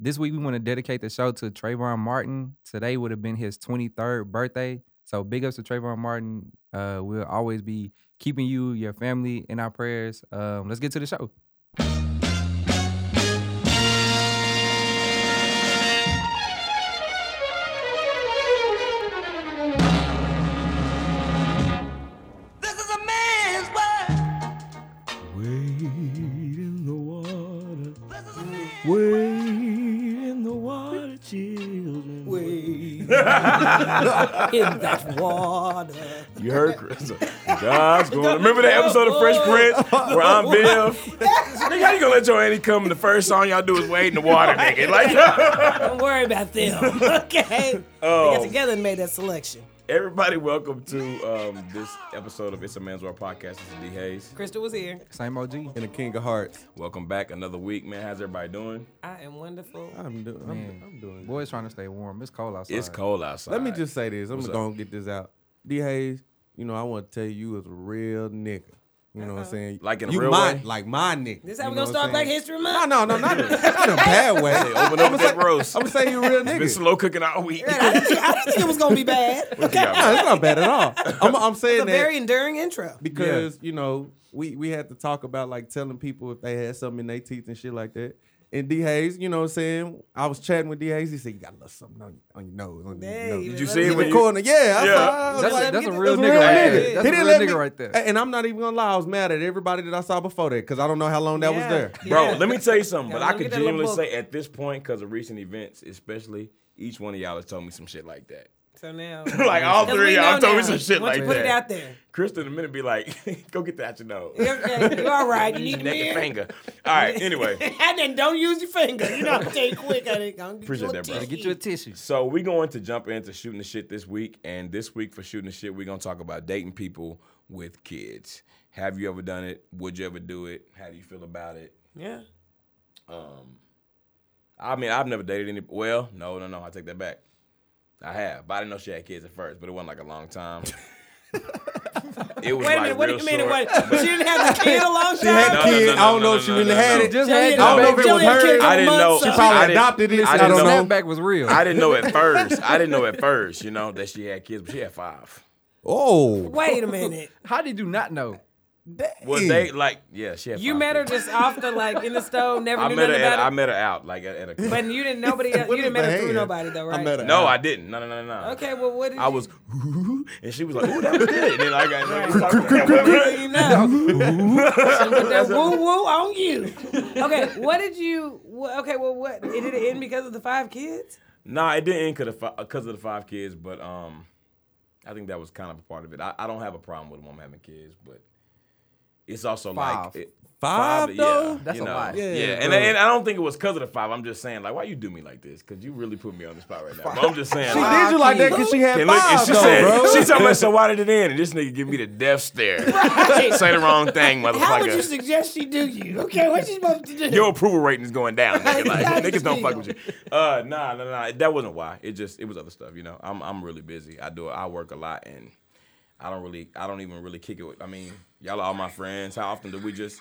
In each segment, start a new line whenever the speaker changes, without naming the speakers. This week we want to dedicate the show to Trayvon Martin. Today would have been his 23rd birthday. So big ups to Trayvon Martin. Uh, we'll always be keeping you, your family in our prayers. Um, let's get to the show.
This is a man's world.
Wait in the water.
This is a man's
Wait in the water, children.
in that water.
You heard Chris. God's going. Remember that episode of Fresh Prince where I'm Biff? Nigga, how you gonna let your auntie come and the first song y'all do is wade in the water, nigga? Like
Don't worry about them. Okay. They got
Oh.
together and made that selection.
everybody, welcome to um, this episode of It's a Man's World podcast. This is D Hayes.
Crystal was here.
Same OG.
In the King of Hearts.
Welcome back another week, man. How's everybody doing?
I am wonderful.
I'm, do-
Man,
I'm, I'm doing
Boys trying to stay warm. It's cold outside.
It's cold outside.
Let me just say this. I'm
What's
just
up?
gonna get this out. D Hayes, you know, I want to tell you you was a real nigga. You know what I'm saying?
Like in a
you
real
my,
way?
Like my nigga.
Uh-huh. This how
you
we
know
gonna
what I'm
start Black
saying?
History Month?
No, no, no, not, not in a bad way.
open up that roast.
I'm gonna say you a real nigga.
Been slow cooking all week.
I didn't think- I didn't think it was gonna be bad.
What you got,
no,
man?
it's not bad at all. I'm, I'm
It's a
saying that
very enduring intro.
because you know we we had to talk about like telling people if they had something in their teeth and shit like that. And D Hayes, you know what I'm saying? I was chatting with D Hayes. He said, "You got a little something on, on your nose." On
Hey,
your nose.
you
Did you
let
see
me-
it
In the
when you?
corner, yeah. I
Yeah.
was
That's,
like,
a, that's a
get
real
"That's
nigga right there. That's
He
a
didn't
real
let me-
nigga right there.
And I'm not even gonna lie, I was mad at everybody that I saw before that because I don't know how long that
Yeah.
was there.
Bro,
Yeah.
let me tell you something. But
Gotta
I
look
could
at that little
genuinely
book.
say at this point, because of recent events, especially, each one of y'all has told me some shit like that.
So now,
like all
'Cause
three
we
of y'all
know
told me
now.
some shit
Once
like that.
you Put it out there.
Kristen in a minute be like, go get that out your nose.
You okay? You all right? You
Use your
need to
neck
be
and
here.
finger. All right, anyway.
And then don't use your finger. You know, I'm saying quick. I didn't, I'm
Appreciate that, bro.
Gotta get you a tissue.
So we're going to jump into shooting the shit this week. And this week for shooting the shit, we're gonna talk about dating people with kids. Have you ever done it? Would you ever do it? How do you feel about it?
Yeah.
I mean, I've never dated any well, no, no, no, I take that back. I have. But I didn't know she had kids at first, but it wasn't like a long time. it was
Wait a
like
minute. Wait
real
a minute.
short.
Wait. She didn't have the kid a long
She had
time.
no,
kids.
no, no,
I don't know
no,
if she
no,
really
no,
had
no.
it.
She just
Tell
had
you
it.
I don't know if it
Tell
was
you
hers.
kids a
I didn't
month
know.
something.
She probably
I didn't-
adopted it.
I
I,
didn't
don't know.
That back was real.
I didn't know at first. I didn't know at first, you know, that she had kids, but she had five.
Oh,
Wait a minute.
How did you not know?
Well,
Yeah.
they like, yeah, she had.
You
five
met her
kids.
just off the like in the stove, never
I
knew
met her.
nothing
At, I
about it.
met her out, like at, at a.
But
Club.
you didn't nobody. You
What
didn't
is
met her through
the hand?
nobody though, right?
met her.
no, I didn't. No, no, no, no. no.
Okay. Well, what did
I
you-
was, and she was like, "Ooh, that was good." And then I got.
you know. She put that woo woo on you. Okay, what did you? wha- Okay, well, what it did it end because of the five kids?
Nah, it didn't because of, the fi- 'cause of the five kids, but um, I think that was kind of a part of it. I, I don't have a problem with a woman having kids, but it's also
Five.
like it,
Five, though?
Yeah,
That's
you
a
know,
lot.
Yeah,
Yeah,
and,
bro.
and I don't think it was because of the five. I'm just saying, like, why you do me like this? Because you really put me on the spot right now. But I'm just saying.
she
like,
did you like that because she had
And look, and
five
she
though,
said,
bro.
she talking about, so why did it end? And this nigga give me the death stare. Say the wrong thing, motherfucker.
How would you suggest she do you? Okay, what she supposed to do?
Your approval rating is going down. Nigga. Like,
Exactly.
niggas don't fuck with you. Uh, nah, nah, nah. That wasn't why. It just it was other stuff. You know, I'm I'm really busy. I do I work a lot, and I don't really I don't even really kick it. with I mean, y'all are all my friends. How often do we just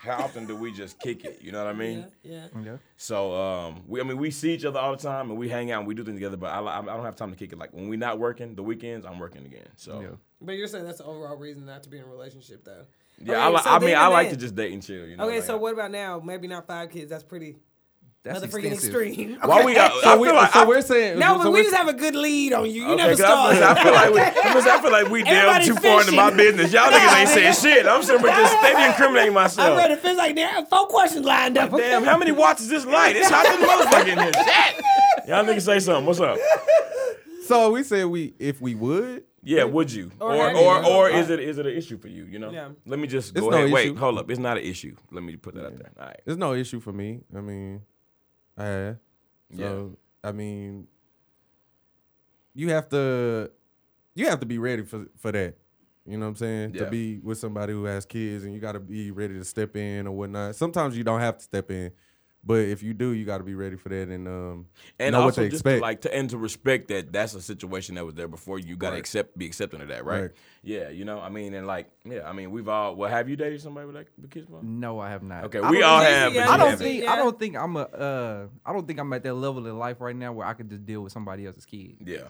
How often do we just kick it? You know what I mean?
yeah.
Yeah.
So um, we I mean we see each other all the time, and we hang out and we do things together. But I I I don't have time to kick it. Like when we not working, the weekends I'm working again. So.
Yeah.
But you're saying that's the overall reason not to be in a relationship, though.
Yeah,
Okay,
I, li-
so
I
then
mean, I
and
like to
then.
just date and chill. You know,
Okay,
like,
so what about now? Maybe not five kids. That's pretty
That's
motherfucking
extensive.
extreme.
Why
Okay.
we? I, I
So,
feel
we,
like
so
I-
we're saying
No,
so
but we just have a good lead on you. You
Okay,
never
'cause I
started.
feel, I feel like we, because I feel like we delved
Everybody's
too far into my
fishing.
business. Y'all niggas ain't saying shit. I'm sitting here just steady incriminating
I'm
myself.
ready. Feels like there are four questions lined up.
Damn, how many watts is this light? It's hot than a motherfucker in here. Shit. Y'all niggas say something. What's up?
so we said we if we would.
Yeah, would you? Or
have
or
you? Uh,
or, is it is it an issue for you? You know.
Yeah.
Let me just
It's
go
no
ahead. Wait,
issue.
hold up. It's not an issue. Let me put that out there. All right.
There's no issue for me. I mean, I have. So I mean, you have to you have to be ready for for that. You know what I'm saying?
Yeah.
To be with somebody who has kids, and you got to be ready to step in or whatnot. Sometimes you don't have to step in, But if you do, you got to be ready for that and um
and
know what
also
to
just
expect.
To, like to and to respect that that's a situation that was there before you got to accept be accepting of that right?
Right.
yeah you know I mean and like yeah I mean we've all well have you dated somebody with like with kids
Mm.
before?
No, I have not.
okay
I
we
don't-
all
think-
have but
yeah,
you
I don't
haven't.
think
Yeah.
I don't think I'm a uh I don't think I'm at that level in life right now where I could just deal with somebody else's kid.
yeah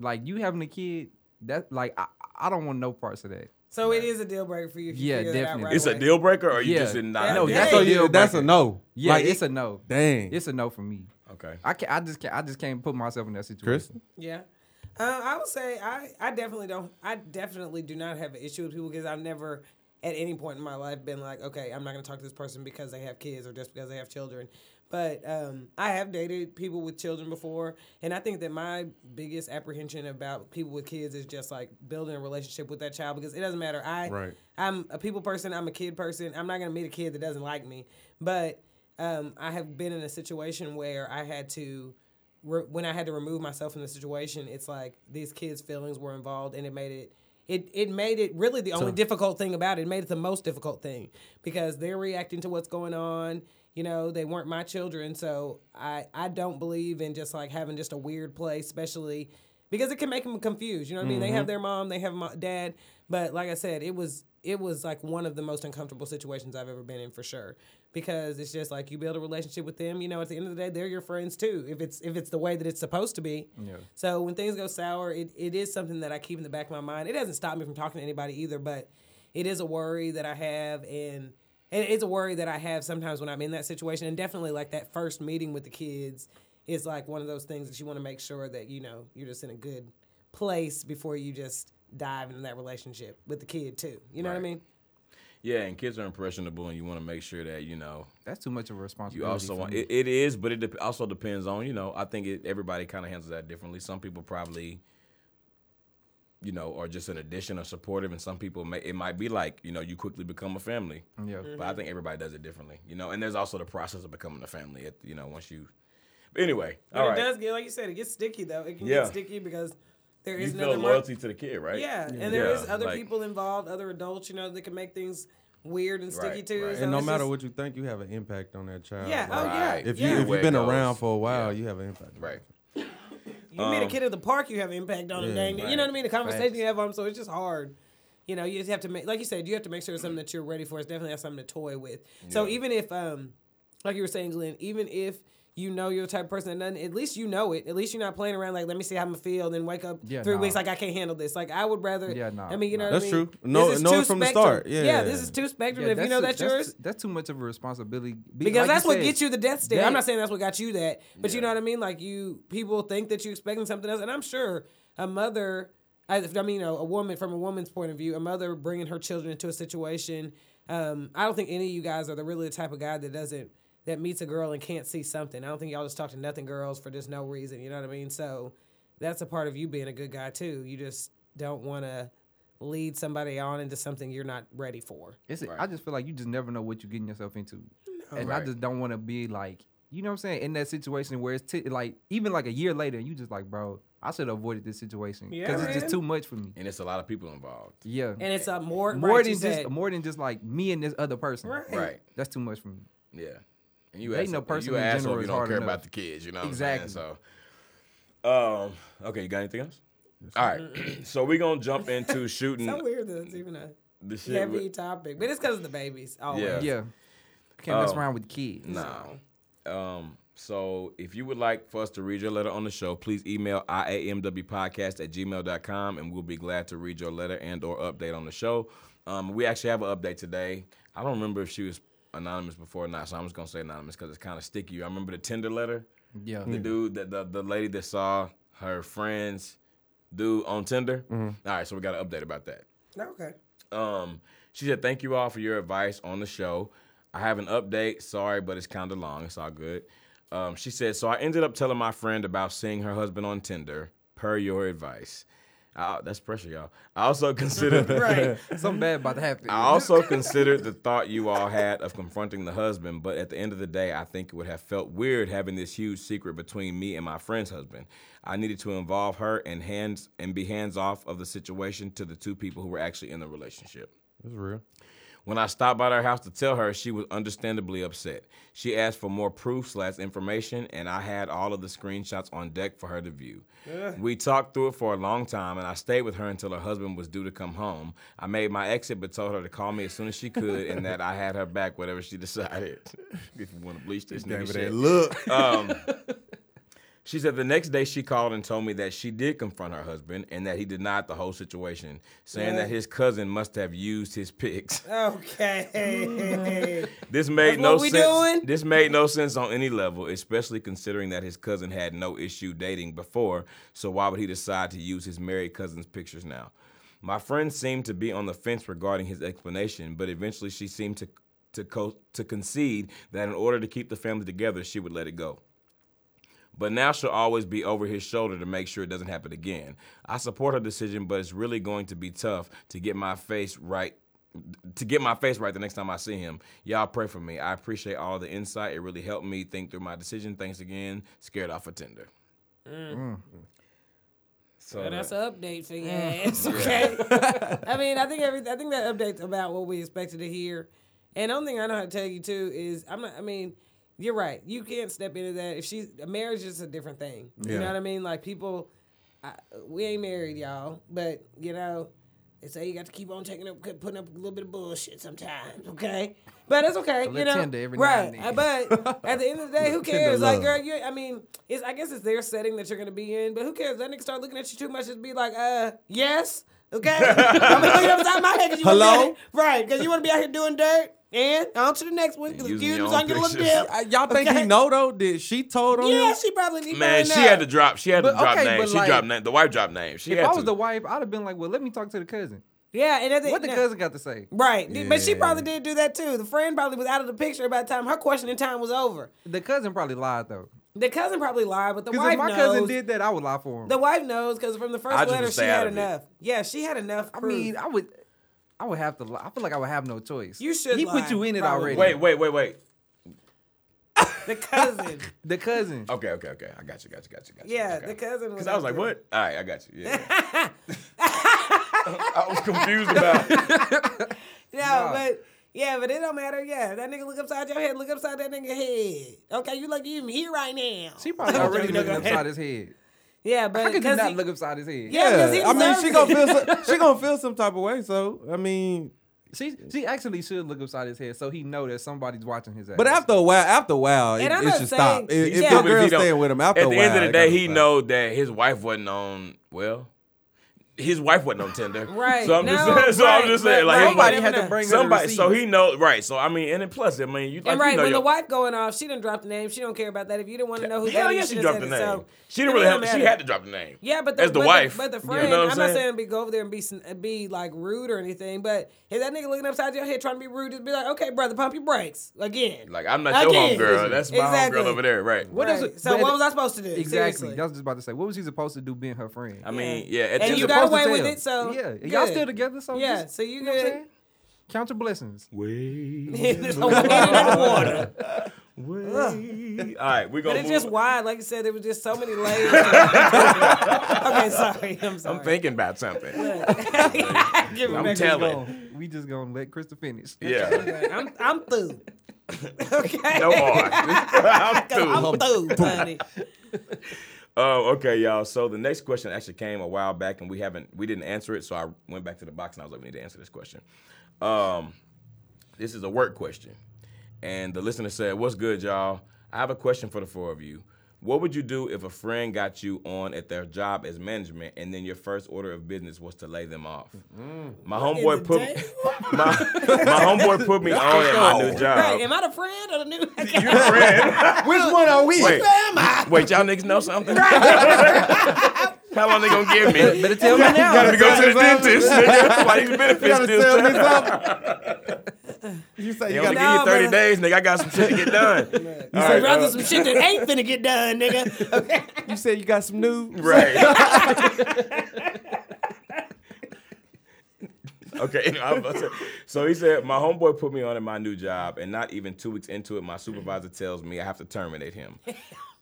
Like you having a kid, that like I, I don't want no parts of that.
So it is a deal breaker for you. If you
Yeah,
figure It out
definitely.
right
it's a
away.
deal breaker or you
Yeah.
just did not
Yeah.
have
No,
the
that's
answer?
so
a
yeah,
deal
that's a
breaker.
no.
Yeah,
Like,
it's a no.
dang.
It's a no for me.
okay
I can not I just can't I just can't put myself in that situation.
Chris.
Yeah. Uh, I would say I, I definitely don't I definitely do not have an issue with people because I've never at any point in my life been like, okay, I'm not gonna talk to this person because they have kids or just because they have children. But um, I have dated people with children before, and I think that my biggest apprehension about people with kids is just like building a relationship with that child because it doesn't matter. I
Right.
I'm a people person. I'm a kid person. I'm not gonna meet a kid that doesn't like me. But um, I have been in a situation where I had to, re- when I had to remove myself from the situation, it's like these kids' feelings were involved, and it made it. It, it made it really the only difficult thing about it. It made it the most difficult thing because they're reacting to what's going on. You know, they weren't my children, so I I don't believe in just like having just a weird place, especially because it can make them confused. You know what I mean? They have their mom, they have my dad, but like I said, it was it was like one of the most uncomfortable situations I've ever been in for sure. Because it's just like you build a relationship with them. You know, at the end of the day, they're your friends too. If it's if it's the way that it's supposed to be. Yeah. So when things go sour, it, it is something that I keep in the back of my mind. It doesn't stop me from talking to anybody either, but it is a worry that I have and and it's a worry that I have sometimes when I'm in that situation, and definitely like that first meeting with the kids is like one of those things that you want to make sure that you know you're just in a good place before you just dive into that relationship with the kid too. You know what I mean?
yeah and kids are impressionable and you want to make sure that you know
That's too much of a responsibility.
You also
for
want
me.
it, it is, but it dep also depends on you know. I think it, everybody kind of handles that differently. Some people probably, you know, are just an addition or supportive, and some people may it might be like you know you quickly become a family.
Yeah.
But
Mm-hmm.
I think everybody does it differently, you know. And there's also the process of becoming a family. At, you know, once you. But anyway,
But
all
it
right.
does get like you said, it gets sticky though. It can
Yeah.
get sticky because there
you
is
feel a
another mark-
loyalty to the kid, right?
Yeah, and there is
Yeah,
other
like-
people involved, other adults, you know, that can make things weird and sticky
Right,
too.
right.
So
And no
it's
matter
just-
what you think, you have an impact on that child.
Yeah,
Like,
oh yeah.
Right.
if you
yeah.
if
Where it
you've been
goes.
around for a while,
Yeah.
you have an impact.
Right.
You
Um,
meet a kid at the park, you have an impact on him. Dang, near. you know what I mean? The conversation
Facts.
you have on him, so it's just hard. You know, you just have to make, like you said, you have to make sure it's something that you're ready for. It's definitely not something to toy with. So even if, um, like you were saying, Glenn, even if you know you're the type of person that doesn't, at least you know it. At least you're not playing around like, let me see how I'm gonna feel, then wake up
Yeah,
three
nah.
weeks like I can't handle this. Like I would rather.
Yeah, nah,
I mean, you know,
nah.
what I
That's
mean?
true. No-
This is
know
too
it from the
spectrum.
start. Yeah.
this is too spectrum.
Yeah,
if you know
too-
that's, yours,
Too, that's too much of a responsibility Be- like
because that's what
said,
gets you the death stare. I'm
that-
not saying that's what got you that, but you know what I mean. Like you, people think that you expecting something else, and I'm sure a mother, I, I mean, you know, a woman from a woman's point of view, a mother bringing her children into a situation. Um, I don't think any of you guys are the really the type of guy that doesn't that meets a girl and can't see something. I don't think y'all just talk to nothing girls for just no reason. You know what I mean? So that's a part of you being a good guy too. You just don't want to lead somebody on into something you're not ready for.
It's, I just feel like you just never know what you're getting yourself into, and I just don't want to be like, you know what I'm saying, in that situation where it's t- like even like a year later, and you just like, bro, I should have avoided this situation because
Yeah,
it's just
man.
too much for me.
And it's a lot of people involved.
Yeah,
And it's a more
more
right, you
than just
said.
more than just like me and this other person.
Right.
Right.
That's too much for me.
Yeah. And you
Dating
ask
a person
you
in
an asshole
general
if
is
you don't
hard
care
enough.
about the kids, you know what I'm saying?
Exactly.
So um okay, you got anything else? All right. so we're gonna jump into shooting
So weird that it's even a
the Mm. shit
heavy
with-
topic, but it's because of the babies. Always.
Yeah.
Yeah, can't mess
Oh.
around with kids.
No. Um, so if you would like for us to read your letter on the show, please email iamwpodcast at gmail.com and we'll be glad to read your letter and or update on the show. Um, we actually have an update today. I don't remember if she was anonymous before or not, so I'm just gonna say anonymous because it's kind of sticky. I remember the Tinder letter.
Yeah,
The dude that the, the lady that saw her friends dude on Tinder. All right, so we got an update about that.
Okay.
Um, she said, "Thank you all for your advice on the show. I have an update. Sorry, but it's kind of long. It's all good." Um, she said, "So I ended up telling my friend about seeing her husband on Tinder. Per your advice, I, that's pressure, y'all. I also considered
Right.
something bad about to happen.
Oh,
I also considered the thought you all had of confronting the husband, but at the end of the day, I think it would have felt weird having this huge secret between me and my friend's husband. I needed to involve her and hands and be hands off of the situation to the two people who were actually in the relationship.
That's real.
When I stopped by their house to tell her, she was understandably upset. She asked for more proof slash information, and I had all of the screenshots on deck for her to view. We talked through it for a long time, and I stayed with her until her husband was due to come home. I made my exit, but told her to call me as soon as she could, and that I had her back, whatever she decided. if you want to bleach this nigga
Gave her
shit.
that look.
She said the next day she called and told me that she did confront her husband and that he denied the whole situation, saying that his cousin must have used his pics.
Okay.
This made
That's
no
what we
sense.
doing?
This made no sense on any level, especially considering that his cousin had no issue dating before. So why would he decide to use his married cousin's pictures now? My friend seemed to be on the fence regarding his explanation, but eventually she seemed to to co- to concede that in order to keep the family together, she would let it go. But now she'll always be over his shoulder to make sure it doesn't happen again. I support her decision, but it's really going to be tough to get my face right. To get my face right the next time I see him, y'all pray for me. I appreciate all the insight. It really helped me think through my decision. Thanks again. Scared off a Tinder. So
But that's an update for your
Mm.
ass, okay? I mean, I think every, I think that update's about what we expected to hear. And only thing I know how to tell you too is I'm not. I mean, you're right. You can't step into that if she's marriage is a different thing. You know
Yeah.
what I mean? Like people, I, we ain't married, y'all. But you know, they say you got to keep on taking up, putting up a little bit of bullshit sometimes, okay? But it's okay, you
little
know,
tender every now
right?
and then.
But at the end of the day, who
Tender
cares? Like,
love.
girl, you, I mean, it's I guess it's their setting that you're gonna be in, but who cares? That nigga start looking at you too much, just be like, uh, yes, okay. I'm gonna look it upside my head. 'cause you wanna be
Hello?
out here- right? Because you want to be out here doing dirt, and on to the next one. Because
Using
you
your
was
own
on your little
pictures.
dip.
I- y'all think
Okay.
he know though? Did she told on
Yeah,
him?
she probably need
man,
to
she had to drop. She had to
But
drop
okay, but
names. She
like-
dropped names. The wife dropped names. She
If
had
I was
to.
the wife, I'd have been like, well, let me talk to the cousin.
Yeah, and at the,
What the
no.
cousin got to say?
Right, but she
Yeah.
probably did do that too. The friend probably was out of the picture by the time her questioning time was over.
The cousin probably lied though.
The cousin probably lied, but the
Because
wife
if my
knows.
cousin did that, I would lie for him.
The wife knows because from the
I
first
just
letter
would
she
stay out
had
of it.
enough. Yeah, she had enough.
I
proof.
mean, I would, I would have to. Lie. I feel like I would have no choice.
You should
He
lie,
put you in it
probably.
already.
wait, wait, wait, wait.
the cousin.
the cousin.
Oh.
Okay, okay, okay. I got you. Got you. Got you. Got you.
Yeah,
okay.
the cousin.
Because I was
out
like,
there.
what? All right, I got you. Yeah. I was confused about it.
No, but yeah, but it don't matter. Yeah, that nigga look upside your head, look upside that nigga head. Okay, you look you here right now.
She probably already looking upside his head.
yeah, but
How could you
'cause
not
he-
look upside his head?
Yeah, 'cause he
I mean,
deserves
she
it.
gonna feel some, she gonna feel some type of way. So I mean,
She she actually should look upside his head so he know that somebody's watching his ass.
but after a while, after a while, it,
And I'm
it
not
should
saying-
stop. If, if
Yeah.
your
But if he
girl
don't-
staying with him, after
At
a
the
while,
end of the
it
day,
gotta
he
stop.
know that his wife wasn't on. Well, his wife wasn't on Tinder.
Right.
So I'm just
No,
saying. So
right,
I'm just
but
saying. Like
right,
somebody
somebody.
but
had
Never
to
know.
bring her the
Somebody. So
receipts.
he know. Right. So I mean, and then plus, I mean, you. Like,
And
you
right,
know
when the
your-
wife going off, she didn't drop the name. She don't care about that. If you didn't want to know who
Hell
that
yeah,
is,
she
shoulda
dropped the
said
name.
it. So
she
it
didn't really
don't
have. She
matter.
had to drop the name.
Yeah, but the,
as the
but
wife,
but the
You know
friend.
what
I'm, not
saying?
saying be go over there and be sn- be like rude or anything. But if that nigga looking upside your head trying to be rude, just be like, okay, brother, pump your brakes again.
Like I'm not your
Again.
homegirl. That's my
Exactly.
homegirl over there. Right.
what
Right.
is it?
So
but-
what was I supposed to do?
exactly.
Seriously.
I was just about to say, what was he supposed to do being her friend?
I mean, yeah. at the
And
end
you
of the-
got
supposed
away
to
with
tell.
it, so
yeah, And y'all
good.
still together, so
Yeah,
Oh, just-
so you
know what I'm
good.
saying? Count your blessings.
It's a wet and water.
All right, we're
But
gonna.
it's
move-
just wide. Like you said, there was just so many layers. okay, sorry. I'm sorry.
I'm thinking about something.
Give it
I'm
back.
telling.
We just gonna let Krista finish.
Yeah.
I'm, I'm through. Okay.
No hard. I'm through.
I'm through, honey.
Oh, okay, y'all. So the next question actually came a while back, and we haven't, we didn't answer it. So I went back to the box, and I was like, we need to answer this question. Um, this is a work question, and the listener said, "What's good, y'all? I have a question for the four of you. What would you do if a friend got you on at their job as management, and then your first order of business was to lay them off? My homeboy
Mm-hmm. the
put
day?
my, my homeboy put me on at my new job.
Right. Am I the friend or the new? Okay.
you friend?
Which one are we?
Wait,
Am I?
wait, y'all niggas know something? How long they gonna give me?
Better tell me now.
gotta go to the
That's
dentist. nigga. Why these
You
benefits
gotta
still
sell
tight?
this up. You say
They
you
only
gotta.
give
No,
you 30
brother.
days, nigga. I got some shit to get done. All
I'd
right,
rather
uh,
some shit that ain't finna get done, nigga. Okay.
You said you got some new.
right. okay. anyway, I was about to say- So he said, my homeboy put me on at my new job, and not even two weeks into it, my supervisor tells me I have to terminate him.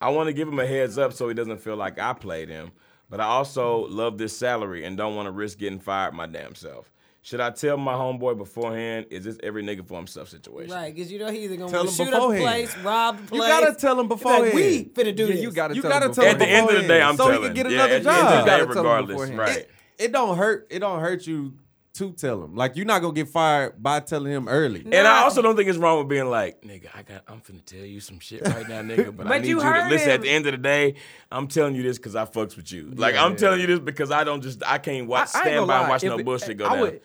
I want to give him a heads up so he doesn't feel like I played him, but I also love this salary and don't want to risk getting fired my damn self. Should I tell my homeboy beforehand? Is this every nigga for himself situation?
Right, because you know he's either gonna
Tell 'em
shoot up the
beforehand.
place, rob the
You
place.
gotta tell him
Be like,
beforehand.
we finna do
Yeah,
this.
you gotta
You
tell
gotta
them
tell
before.
At the end of the day, I'm
So he
telling.
can get
yeah,
another
at the end of the day,
job.
You gotta tell him
regardless,
beforehand.
right?
it, it don't hurt. It don't hurt you to tell him. Like you're not gonna get fired by telling him early.
And I
Nah.
also don't think it's wrong with being like, nigga, I got, I'm finna tell you some shit right now, nigga. But, I
But
need
you
you, to
heard
listen. At
him.
the end of the day, I'm telling you this because I fucks with you. Like I'm telling you this because I don't just, I can't watch,
I- I ain't
stand
gonna
by
lie.
and watch
If
no
it-
bullshit go
I
down.
would-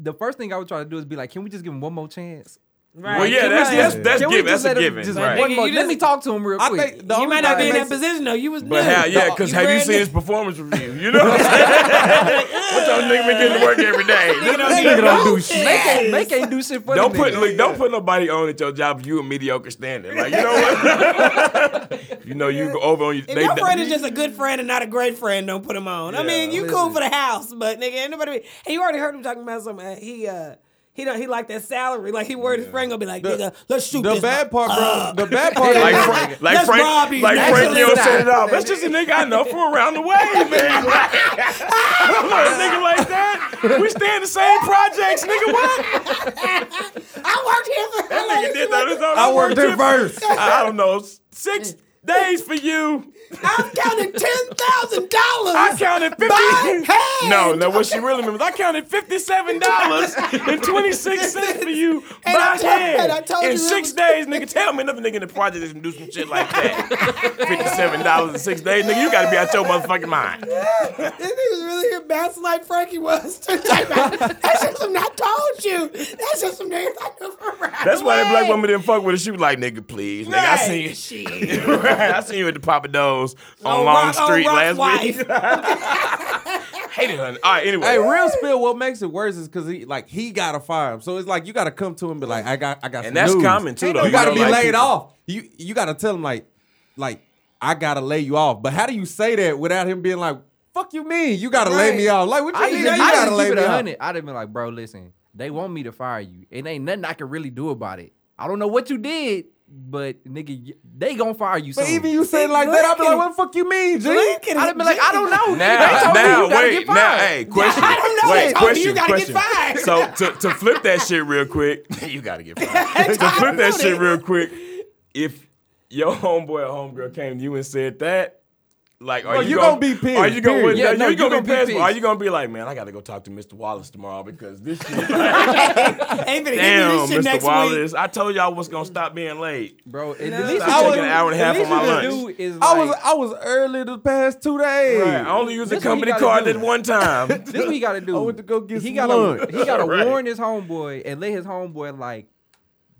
the first thing I would try to do is be like, can we just give him one more chance?
Right.
well, yeah,
You
that's
might-
that's that's
Can we
given.
just
That's a
let him-
given,
just
right?
one
Nigga,
more-
you
let me
just-
talk to him real
I
quick.
think the
You
only
might not be
thing
in that
makes-
position though. You was new.
But how, yeah, because have you
brand
seen
new.
his performance review? You know what I'm saying? What y'all niggas been getting to work every day?
That nigga don't do shit. They can't, they can't do shit for
Don't
the
put
nigga.
look, don't put nobody on at your job if you a mediocre standard. Like you know what? you know you go over on your
If
they-
your friend is just a good friend and not a great friend, don't put him on. I mean, you cool for the house, but nigga, ain't nobody. And you already heard him talking about something. uh, He uh, he don't. He like that salary. Like he worried his friend gonna be like, nigga, let's shoot
The
this.
bad
mo-
part,
Ah.
up.
bro. The bad part
like
is
Frank, like
Let's rob
Frank,
these
like
niggas.
Frank, you
Let's
set
rob
it off. That's just a nigga I know from around the way, man. Like, I'm not a nigga like that. We stay in the same projects, nigga. What?
I worked here for
That nigga did that on his own.
I worked there first.
I don't know six days for you.
I'm counting ten thousand dollars.
I counted fifty.
hand.
No, no, what she really means. I counted fifty-seven dollars and twenty-six cents for you
And
by
I told-
hand
and I told
in
you it
six
was-
days, nigga. Tell me another nigga in the project is gonna do some shit like that. Fifty-seven dollars in six days, nigga. You gotta be out your motherfucking mind.
This nigga's really here bouncing like Frankie was. That's just some I told you. That's just some niggas I knew from around
That's
the
why that black
way.
woman didn't fuck with her. She was like, nigga, please, nigga. I seen you.
Shit.
I seen you at the Papa Do's on
On
Long
Rock- on
Street
Rock's
last week. Hated her. All right, anyway.
Hey, real spill. What makes it worse is because he like he gotta fire him. So it's like you gotta come to him and be like, I got, I got. some
and that's
news.
common too, though.
You gotta
know,
be
like,
laid
people-
off. You you gotta tell him like, like I gotta lay you off. But how do you say that without him being like, fuck you mean? You gotta lay me
Right.
off. Like what you
I
mean?
just,
You
I just
gotta lay
keep
me
it a
off.
hundred. I'd have been like, bro, listen, they want me to fire you. It ain't nothing I can really do about it. I don't know what you did, but nigga, y- they gonna fire you.
But
soon.
even you saying like that, I'd be like, what the fuck you mean, G?
I'd have been like, I don't know. they
Now,
told me
now,
you gotta
wait,
get fired.
now, hey, question.
I don't know.
Wait,
They told me
question,
you gotta
question.
get fired.
So to, to flip that shit real quick, you gotta get fired. to flip that shit real quick, if your homeboy or homegirl came to you and said that, like, are
Bro,
you,
you
gonna,
gonna be pissed,
Are you gonna,
period.
yeah,
Yeah,
you,
no,
you
you
gonna,
gonna
be
be
pissed?
pissed.
Are you gonna be like, man, I gotta go talk to Mr. Wallace tomorrow because this shit. Damn,
Ain't finna give me this shit
Mr.
next
Wallace, I told y'all what's gonna stop being late.
bro. At
No.
least
Stop
I
taking
was,
an hour and a half
at
on my
least you
lunch.
could do is
I was
like-
I was early the past two days.
Right, I only used a
That's what you
company
gotta
card
do.
that one time.
This is what he gotta do.
I went to go get
he
some
gotta
lunch.
he gotta
Right.
warn his homeboy and let his homeboy like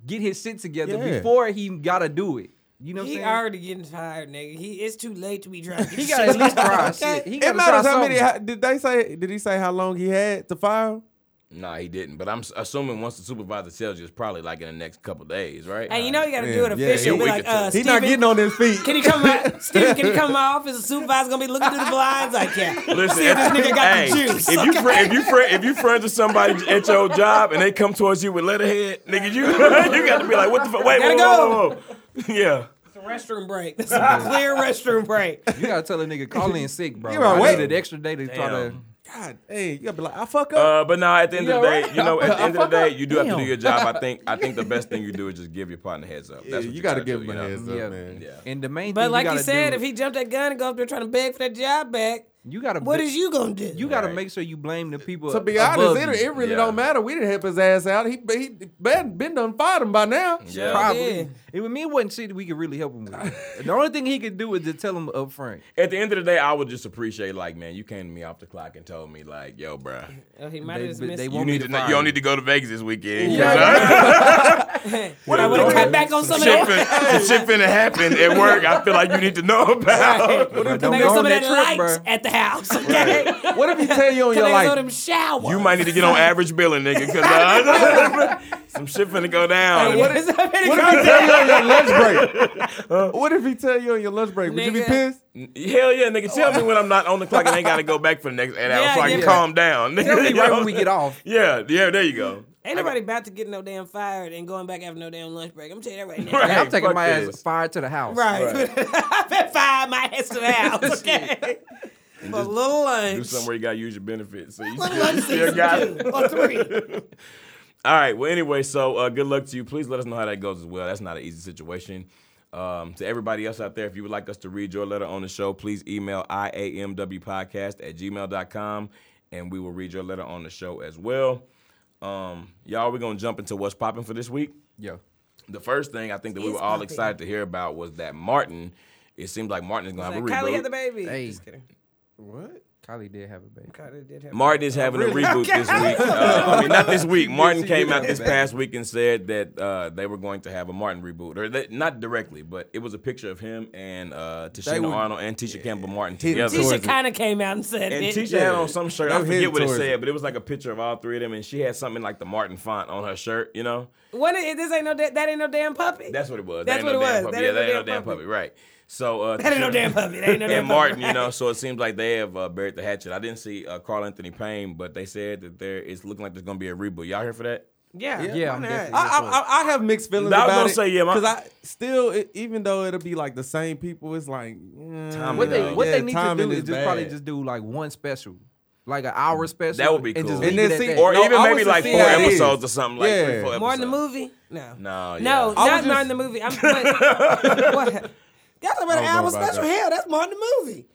get his shit together
Yeah.
before he gotta do it. You know what I'm
He
saying?
already getting fired, nigga. He it's too late to be trying to get
he gotta at least try shit. He gotta
It matters
try
how many.
something.
How, did they say? Did he say how long he had to file?
Nah, he didn't. But I'm s- assuming once the supervisor tells you, it's probably like in the next couple days, right?
And you know you gotta
Yeah,
do it
yeah,
official.
yeah.
Be like, uh,
He's
Steven,
not getting on his feet.
Can he come out? Steven, can he come to my office? The supervisor's gonna be looking through the blinds like, yeah.
Listen,
if this nigga got the juice.
If you fri if you fri if you friends with somebody at your job and they come towards you with letterhead, nigga, you you got to be like, what the fuck? Wait, whoa,
Gotta
whoa, whoa, whoa. yeah.
Restroom break. This is a clear restroom break.
You gotta tell a nigga call in sick, bro.
You're right,
I
wait.
needed extra day to try to.
Damn.
God, hey, you gotta be like, I fuck up.
Uh, but nah, at the end of the
Yeah,
day,
right.
you know, at the end of the day, you do have to do
Damn.
your job. I think I think the best thing you do is just give your partner a heads up. That's what you,
you gotta
gotta
give
do,
him
you
a
know?
heads up.
Yeah,
man.
Yeah.
And the main
But
thing
like
you
he
gotta
said,
do,
if he jumped that gun and go up there trying to beg for that job back,
you gotta
what
be-
is you gonna do?
you gotta
Right.
make sure you blame the people.
To be
Uh, above
honest, it,
you.
it really
Yeah.
don't matter. We didn't help his ass out. He he been, been done fired him by now.
Yeah.
Probably.
Yeah.
It would mean it wasn't shit we could really help him with. the only thing he could do is just tell him up front.
At the end of the day, I would just appreciate like, man, you came to me off the clock and told me like, yo, bruh,
Oh, he might
They-
have just
but
missed
they
it.
you
won't- Want me
need
to
to, know,
fire
you don't
you.
need to go to Vegas this weekend. 'cause
But I would have cut back on some of
shit
that.
finna, shit finna happen at work. I feel like you need to know about.
But
Cut
don't
back
go on
on some of
that
that
trip,
lights
bro.
at the house. Okay.
What if he tell you
Cut
on your
back on
life?
them showers.
You might need to get on average billing, nigga, cause uh, some shit finna go down.
What is that?
What if he tell you on your lunch break? What if he tell you on your lunch break? Would you be
Nigga.
pissed?
Hell yeah, nigga. Tell me when I'm not on the clock and ain't gotta go back for the next eight hours
Yeah,
so I can
yeah.
calm down. nigga.
Tell me
You
right
know?
when we get off.
Yeah, yeah, there you go.
Ain't nobody about to get no damn fired and going back after no damn lunch break. I'm telling you that right now.
Right.
Yeah, I'm taking
fuck
my
this.
ass fire to the house.
Right. I've been fired my ass to the house. Okay.
and
For
just
little
do
lunch.
something where you gotta use your benefits. So you
Little
still,
lunch
you still
season
got
two
it.
or three.
All right. Well, anyway, so uh, good luck to you. Please let us know how that goes as well. That's not an easy situation. Um, to everybody else out there, if you would like us to read your letter on the show, please email iamwpodcast at gmail.com and we will read your letter on the show as well. Um, y'all, we're going to jump into what's popping for this week.
Yo.
The first thing I think that we
It's
were all
poppin'.
excited to hear about was that Martin, it seems like Martin is going to have a
Like,
reboot.
Kylie had the baby.
Hey.
Just kidding.
What?
Kylie did have a baby.
Kylie did have
Martin is having a reboot this week. Uh, I mean, not this week. Martin came out this past week and said that uh, they were going to have a Martin reboot, or that, not directly, but it was a picture of him and uh, Tashina
would-
Arnold and Tisha Campbell Martin
Hit
together.
towards
Tisha kind of came out and said
and
it.
Tisha had on some shirt. I
They were
forget
headed
what it
towards
said,
it.
but it was like a picture of all three of them, and she had something like the Martin font on her shirt. You know,
What is, this ain't no da- that ain't no damn puppy.
that's what it was.
That's
That ain't no
what it
damn
was.
puppy.
That
Yeah,
ain't
that ain't no damn puppy. Right. So uh,
that ain't no
Tashina-
damn puppy. That ain't no damn
and Martin,
puppy.
you know, so it seems like they have uh, buried the hatchet. I didn't see uh, Carl Anthony Payne, but they said that there it's looking like there's gonna be a reboot. Y'all here for that?
Yeah,
Yeah, I'm
why
definitely-
not?
I, I, I, I have mixed feelings.
I was
about
gonna
it,
say, yeah, my-
because I still, it, even though it'll be like the same people, it's like mm,
Timing,
What they
Yeah.
what
yeah,
they need to
timing
do is just probably
bad.
just do like one special, like an hour special.
That would be
and
cool.
just
And
leave
then
it at
see-
that.
Or
No,
even
I
maybe
was
like
to
four
see how it is.
episodes or something. Like
Yeah.
three, four
Martin the
episodes.
movie? No,
No, yeah.
no,
I
not
was
Martin the
just-
movie. I'm. But, what? That's about an
know
hour
about
special.
that.
Hell, that's Martin the movie.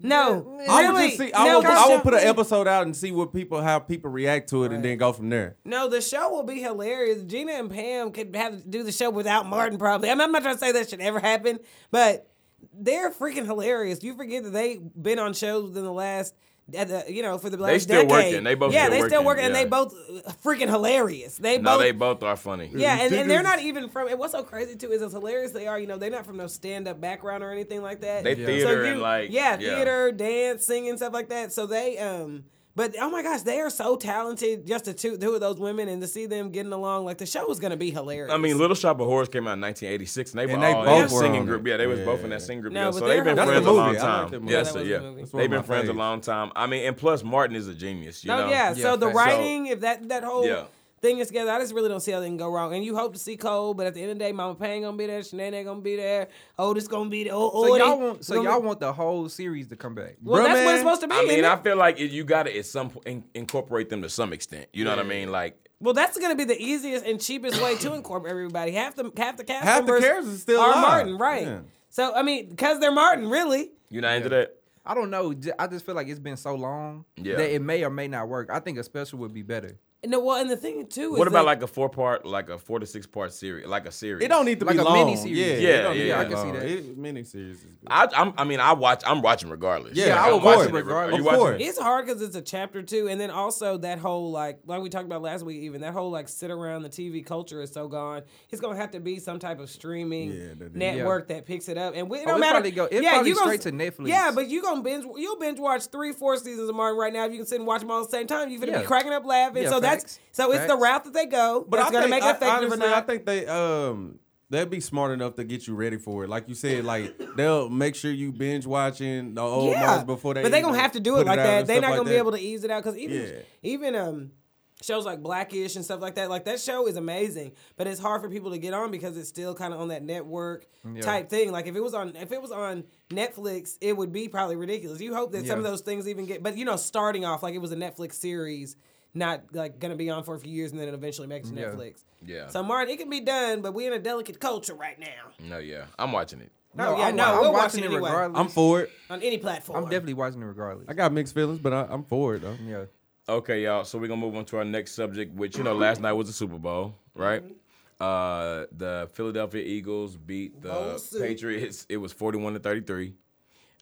No,
I
really,
would just see. I
no,
would, I would
Christian-
put an episode out and see what people, how people react to it, and then go from there.
No, the show will be hilarious. Gina and Pam could have do the show without Martin. Probably. I mean, I'm not trying to say that should ever happen, but they're freaking hilarious. You forget that they've been on shows within the last. at the- You know, for the last
still
decade.
working. They both
yeah,
still
they still
working,
working, and
yeah.
they both uh, freaking hilarious. They
No,
both
they both are funny.
Yeah, and, and they're not even from. And what's so crazy too is as hilarious they are. You know, they're not from no stand up background or anything like that.
They
So
theater
you-
and, like,
yeah,
yeah.
theater, dance, singing, stuff like that. So they um. But oh my gosh, they are so talented. Just the two, two of those women, and to see them getting along, like the show is gonna be hilarious.
I mean, Little Shop of Horrors came out in 1986, and they were
And they
all in
both
that
were
singing
on
group.
it.
Yeah, they was
Yeah.
both in that singing group.
No,
yeah,
but
so they've
they're
been
That's the
friends a long
movie. I like that
time. Yes,
movie.
Yeah, that
sir,
was
yeah.
the movie. That's
one
They've
of
been
my
friends a
faves.
long time. I mean, and plus Martin is a genius. You
no,
know.
Oh, yeah.
Yeah,
So the
facts.
writing, if that that whole
Yeah.
thing is together, I just really don't see how they can go wrong. And you hope to see Cole, but at the end of the day, Mama Payne gonna be there, Shanae gonna be there, Otis gonna be there. Oh,
So y'all want so y'all want the whole series to come back.
Well,
Bruh,
that's what
man,
it's supposed to be.
I
isn't
mean,
it?
I feel like it, you got to at some point in, incorporate them to some extent. You know what I mean? Like,
Well, that's going to be the easiest and cheapest way to incorporate everybody. Half the half the cast
Half the
members
characters is still
are
alive.
Martin, right?
Yeah.
So I mean, because they're Martin, really.
you not into that?
I don't know. ju- I just feel like it's been so long
Yeah.
that it may or may not work. I think a special would be better.
No, well, and the thing too is
What about
that-
like a four part, like a four to six part series, like a series?
It don't need to
Like
be
a
long.
miniseries.
Yeah,
Yeah,
it don't
yeah,
need
yeah,
to be
I
can see
long.
that.
It, miniseries is good.
I, I'm, I mean, I watch. I'm watching regardless.
Yeah,
I
I'm
would watch
watching
it
it reg-
regardless.
Are you
Of
watching?
course.
It's hard because it's a chapter two, and then also that whole like like we talked about last week, even that whole like sit around the TV culture is so gone. It's gonna have to be some type of streaming
Yeah, that is-
network that picks it up, and we, it
Oh,
don't
it
matter.
probably go- it probably
you gonna-
straight to Netflix.
Yeah, but you gonna binge you'll binge watch three, four seasons of Martin right now. If you can sit and watch them all at the same time, you're gonna
Yeah.
be cracking up laughing.
Yeah,
so
facts.
that's so it's the
Facts.
route that they go. But
But
it's
I
gonna
think,
make it
I,
effective or
honestly, I
not.
think they um they'd be smart enough to get you ready for it. Like you said, like they'll make sure you binge watching the old
yeah,
ones before they.
but they
even
gonna have to do
put
it like
out
that.
and
They're
stuff
not
like
gonna be
that.
able to ease it out because even
Yeah.
even um shows like Blackish and stuff like that, like that show is amazing, but it's hard for people to get on because it's still kind of on that network type thing. Like if it was on if it was on Netflix, it would be probably ridiculous. You hope that some of
Yeah.
those things even get, but you know, starting off like it was a Netflix series. Not like gonna be on for a few years and then it eventually makes it to
Yeah.
Netflix.
Yeah.
So Martin, it can be done, but we're in a delicate culture right now.
No, yeah, I'm watching it.
No, yeah,
I'm,
no,
I'm
we'll watch
watching it
it anyway.
regardless.
I'm for it.
On any platform.
I'm definitely watching it regardless.
I got mixed feelings, but I, I'm for it though.
yeah.
Okay, y'all. So we're gonna move on to our next subject, which you know, last night was the Super Bowl, right? Uh, the Philadelphia Eagles beat
Bowl
the
suit.
Patriots. It was forty-one to thirty-three.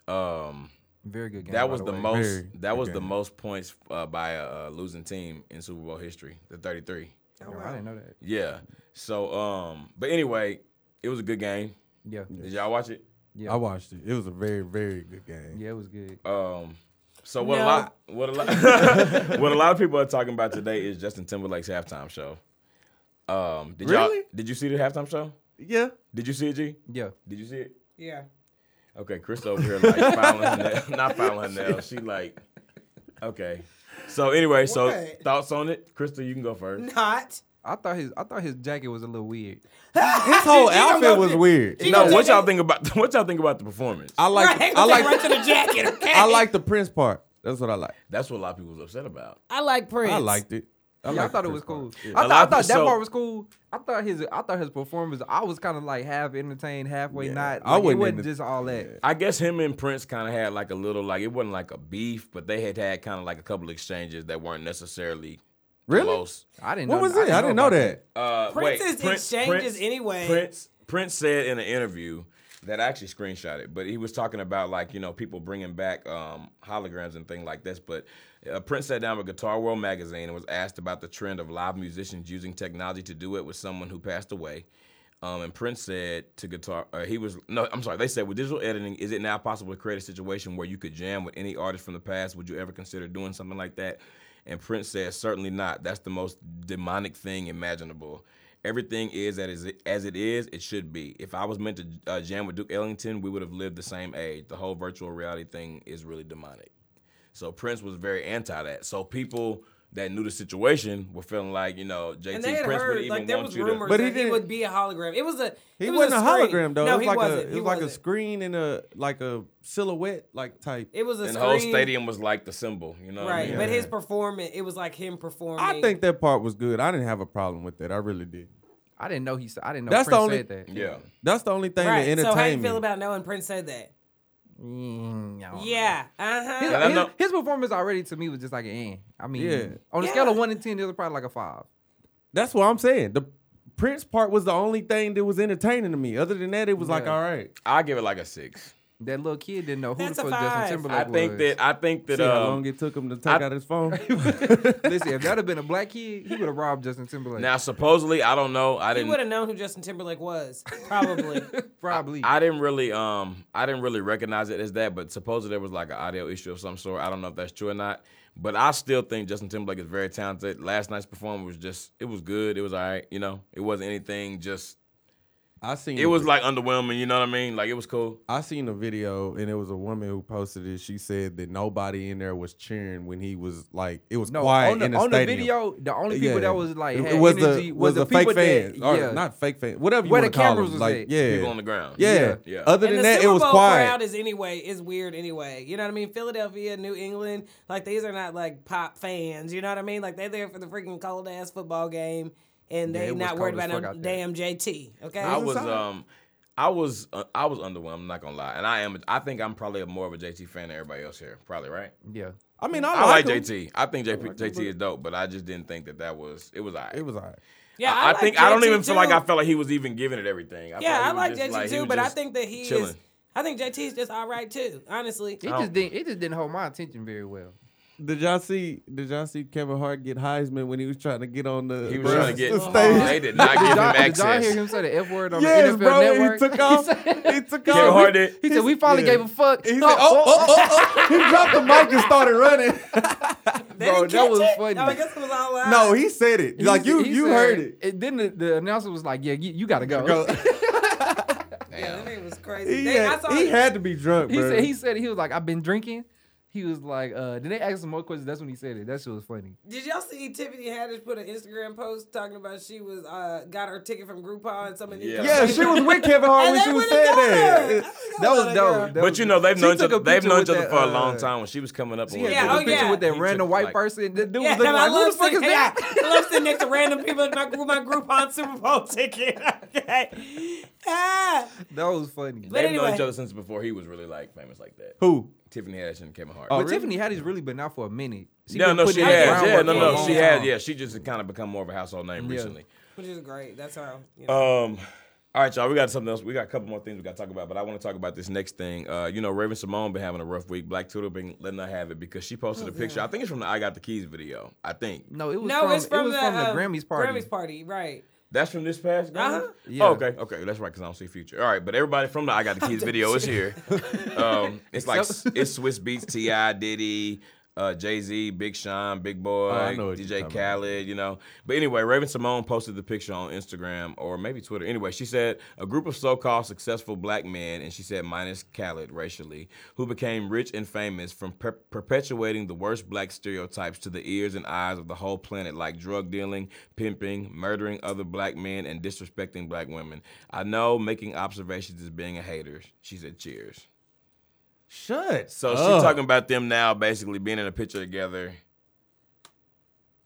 Um,
Very good game.
that
by
was the
way.
most.
Very
That was
good
the
game.
most points uh, by a, a losing team in Super Bowl history. The thirty-three.
Oh,
Yo, I
wow.
didn't know that.
Yeah. So, um, but anyway, it was a good game.
Yeah.
Did y'all watch it?
Yeah.
I watched it. It was a very, very good game.
Yeah, it was good.
Uh,
Um, so what a
No.
lot, what a lot, what a lot of people are talking about today is Justin Timberlake's halftime show. Um, did y'all
Really?
did you see the halftime show?
Yeah.
Did you see it, G?
Yeah.
Did you see it?
Yeah.
Okay, Chris over here like filing her nails, not filing her nails. She like, okay. So anyway, so
What?
thoughts on it, Crystal? You can go first.
Not.
I thought his I thought his jacket was a little weird.
His whole outfit was weird.
No, what y'all think about what y'all think about the performance?
I like
Right,
I like
right to the jacket. Okay.
I like the Prince part. That's what I like.
That's what a lot of people was upset about.
I like Prince.
I liked it. I,
Yeah, I
liked
thought
the
it was cool.
Prince
I,
A
thought
lot
I
of
thought that
people-
part was cool. I thought his I thought his performance. I was kind of like half entertained, halfway
Yeah,
not.
I
Like, it
wasn't
wasn't
into-
just all that.
I guess him and Prince kind of had like a little like it wasn't like a beef, but they had had kind of like a couple exchanges that weren't necessarily
Really?
close.
I didn't.
What
know,
was it? I didn't know
about
that.
Uh, wait,
Prince's
Prince-
exchanges
Prince-
anyway.
Prince Prince said in an interview that I actually screenshot it, but he was talking about like you know people bringing back um, holograms and things like this. But uh, Prince sat down with Guitar World magazine and was asked about the trend of live musicians using technology to do it with someone who passed away. Um, and Prince said to guitar, uh, he was no, I'm sorry. They said with digital editing, is it now possible to create a situation where you could jam with any artist from the past? Would you ever consider doing something like that? And Prince said, certainly not. That's the most demonic thing imaginable. Everything is as it, as it is, it should be. If I was meant to uh, jam with Duke Ellington, we would have lived the same age. The whole virtual reality thing is really demonic. So Prince was very anti that. So people that knew the situation were feeling like, you know, JT
And they had
Prince would
heard
even
like there
want
was
you
rumors
to.
But he
that he,
didn't-
would be a hologram. It was a
He
it was
wasn't a
screen.
hologram though.
No,
it was
he
like
wasn't.
a it
He
was like a
wasn't.
screen and a like a silhouette like type.
It was a
And the
screen.
whole stadium was like the symbol, you know. what I
Right,
mean?
but his performance, it was like him performing.
I think that part was good. I didn't have a problem with it. I really did.
I didn't know he. s- I didn't know
That's the
Prince
only-
said that.
Yeah.
That's the only thing
Right.
that
so
entertained
how you
me.
feel about knowing Prince said that?
Mm,
Oh,
I don't know.
Yeah. Uh huh.
His,
And I
his-
know-
his performance already to me was just like an eh. I mean,
Yeah.
on a
Yeah.
scale of one to ten, it was probably like a five.
That's what I'm saying. The Prince part was the only thing that was entertaining to me. Other than that, it was like
Yeah.
all right.
I give it like a six.
That little kid didn't know who
That's
the
a
fuck Justin
five.
Timberlake
I think
was.
that I think that
See how long
um,
it took him to take
I-
out his phone.
Listen, if that had been a black kid, he would have robbed Justin Timberlake.
now supposedly I don't know. I
He
didn't
would have known who Justin Timberlake was, probably.
probably.
I didn't really um I didn't really recognize it as that, but supposedly there was like an audio issue of some sort. I don't know if that's true or not. But I still think Justin Timberlake is very talented. Last night's performance was just it was good. It was all right, you know. It wasn't anything just
I seen
it was like underwhelming, you know what I mean? Like it was cool.
I seen a video and it was a woman who posted it. She said that nobody in there was cheering when he was like it was
no,
quiet
on the,
in the
on the
stadium.
video, the only people
Uh, Yeah.
that was like
It-
had
it was
energy
the
was the,
fake
people
fans
that,
or
yeah.
not fake fans whatever you
Where
want
the
to call
cameras
them
was
like
at.
yeah
People on the ground.
yeah.
Yeah.
other
and
than
the
that
Super
it was
Bowl
quiet
crowd is anyway is weird anyway. You know what I mean? Philadelphia, New England, like these are not like pop fans. You know what I mean? Like they're there for the freaking cold ass football game, and
Yeah,
they
it was
not
cold
worried
as
about
fuck
no
out there.
damn JT. Okay.
I was
solid.
um I was uh, I was underwhelmed, I'm not gonna lie. And I am I think I'm probably more of a JT fan than everybody else here. Probably, right?
yeah.
I mean I,
I like
like him.
JT. I think JP, JT is dope, but I just didn't think that that was it was all right.
It was alright.
yeah,
I, I
like
think I don't
JT
even feel like
too.
I felt like he was even giving it everything. I
Yeah, I
felt
like
he was just
JT
like- he
too,
was
but I
just
think that he is.
chilling.
I think JT is just all right too. Honestly,
It just didn't. It just didn't hold my attention very well.
Did y'all see? Did y'all see Kevin Hart get Heisman when he was trying to get on the?
He was trying to get.
stage?
They did not give
Did
him
y'all, did y'all hear
access.
him say the F word on
Yes,
the NFL
bro.
network?
He took off.
he said,
he took off.
Kevin Hart did.
he said, "We finally
yeah.
gave a fuck."
He said, oh, oh, oh, oh. He dropped the mic and started running.
They
Bro,
didn't
that
catch
was
it?
funny.
Oh, I guess it was all live.
no, he said it.
He
like
s-
you,
he
you
said-
heard it.
Then the, the announcer was like, "Yeah, you, you gotta go."
Go.
yeah, that nigga was crazy.
he,
They- I
had,
saw
he
it.
had to be drunk,
he
bro.
said. He said he was like, "I've been drinking." He was like, uh, "Then they asked him more questions." That's when he said it. That shit was funny.
Did y'all see Tiffany Haddish put an Instagram post talking about she was uh, got her ticket from Groupon and some of these?
Yeah.
yeah, she was with Kevin Hart
And
when
they
she was
would've
saying
got
that.
her. I
That
love
was
that girl.
dope. That
But
was-
you know they've
She
known each
took a
other. They've
picture
known
with
each other
that,
for a
uh,
long time. When she was coming up,
She had
on Wheel
took a
oh,
of
picture
Fortune,
yeah.
with that
he
random
took,
white
like-
person. and The dude
Yeah,
was looking like,
I
"Who the
love
fuck is
sitting, yeah,
that?"
I love sitting next to random people in my with my Groupon Super Bowl ticket. Okay, ah,
That was funny.
They've known
anyway.
each other since before he was really like famous like that.
Who?
Tiffany Haddish and Kevin Hart.
But
really?
Tiffany Haddish Oh, really been out for a minute. She
no,
been
no,
putting
she
in the
has. Yeah,
groundwork
no,
for a
no,
long
she has.
time.
Yeah, she just kind of become more of a household name recently.
which is great. That's how. You
Uh,
know.
Um, all right, y'all. We got something else. We got a couple more things we got to talk about, but I want to talk about this next thing. Uh, you know, Raven Simone been having a rough week. Black Twitter been letting her have it because she posted a picture. I think it's from the "I Got the Keys" video. I think
No, it was
no,
from,
it's from
it was
the,
from the
um,
Grammys party.
Grammys party, right?
that's from this past. Grammy?
Uh-huh.
Yeah.
Oh, okay, okay, that's right. Because I don't see future. All right, but everybody from the "I Got the Keys" video is here. Um, it's like
Except-
it's Swiss Beats, Ti, Diddy. uh, Jay Z, Big Sean, Big Boy,
Oh, I know what you're
DJ
talking about.
Khaled, you know. But anyway, Raven Simone posted the picture on Instagram or maybe Twitter. Anyway, she said a group of so-called successful black men, and she said minus Khaled racially, who became rich and famous from per- perpetuating the worst black stereotypes to the ears and eyes of the whole planet, like drug dealing, pimping, murdering other black men, and disrespecting black women. I know making observations is being a hater. She said, "Cheers."
Shut.
So she
Oh.
up.
talking about them now basically being in a picture together.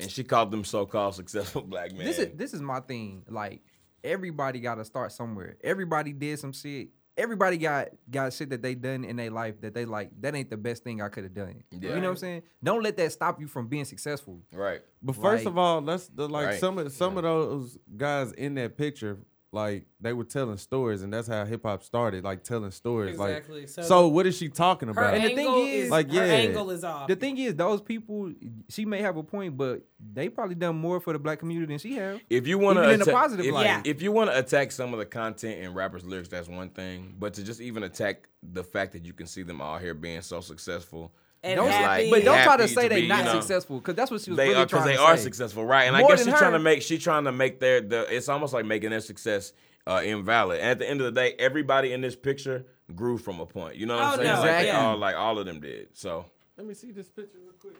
And she called them so-called successful black men.
This is this is my thing. Like everybody got to start somewhere. Everybody did some shit. Everybody got got shit that they done in their life that they like. That ain't the best thing I could have done. You
Yeah.
know what I'm saying? Don't let that stop you from being successful.
right.
But first
Like-
of all, let's the, like
Right.
some of some of those guys in that picture, like they were telling stories, and that's how hip hop started, like telling stories.
Exactly.
Like,
So-
so, what is she talking
Her
about?
And the thing
angle
is-
is
Like,
her
yeah.
angle is off.
The thing is, those people, she may have a point, but they probably done more for the black community than she have.
If you want to
Even in a positive
if,
light.
Yeah.
if you want to attack some of the content in rappers' lyrics, that's one thing. But to just even attack the fact that you can see them all here being so successful,
And
it's
happy.
But don't try to
happy
say they
be,
not
you know,
successful because that's what she was
They
really
are
trying
because they
to
are
say.
successful, right? And I
More
guess she's
than
trying
her.
to make she's trying to make their the. It's almost like making their success uh, invalid. And at the end of the day, everybody in this picture grew from a point. You know what
Oh,
I'm saying?
no,
Like, they
Exactly.
all, like all of them did. So
Let me see this picture real quick.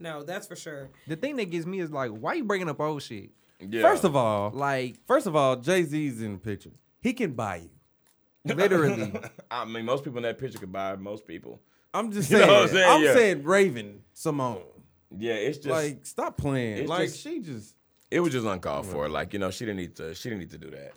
no, that's for sure.
The thing that gets me is like, why you bringing up old shit?
yeah.
First of all, like,
Like
first of all, Jay Z's in the picture. He can buy you.
literally,
I mean, most people in that picture could buy most people.
I'm just
You
saying.
know what
I'm
I'm
saying,
saying? Yeah.
Raven Simone.
Yeah, it's just
like, stop playing.
it's
Like,
just-
she just.
it was just uncalled for. Like you know, she didn't need to. She didn't need to do that.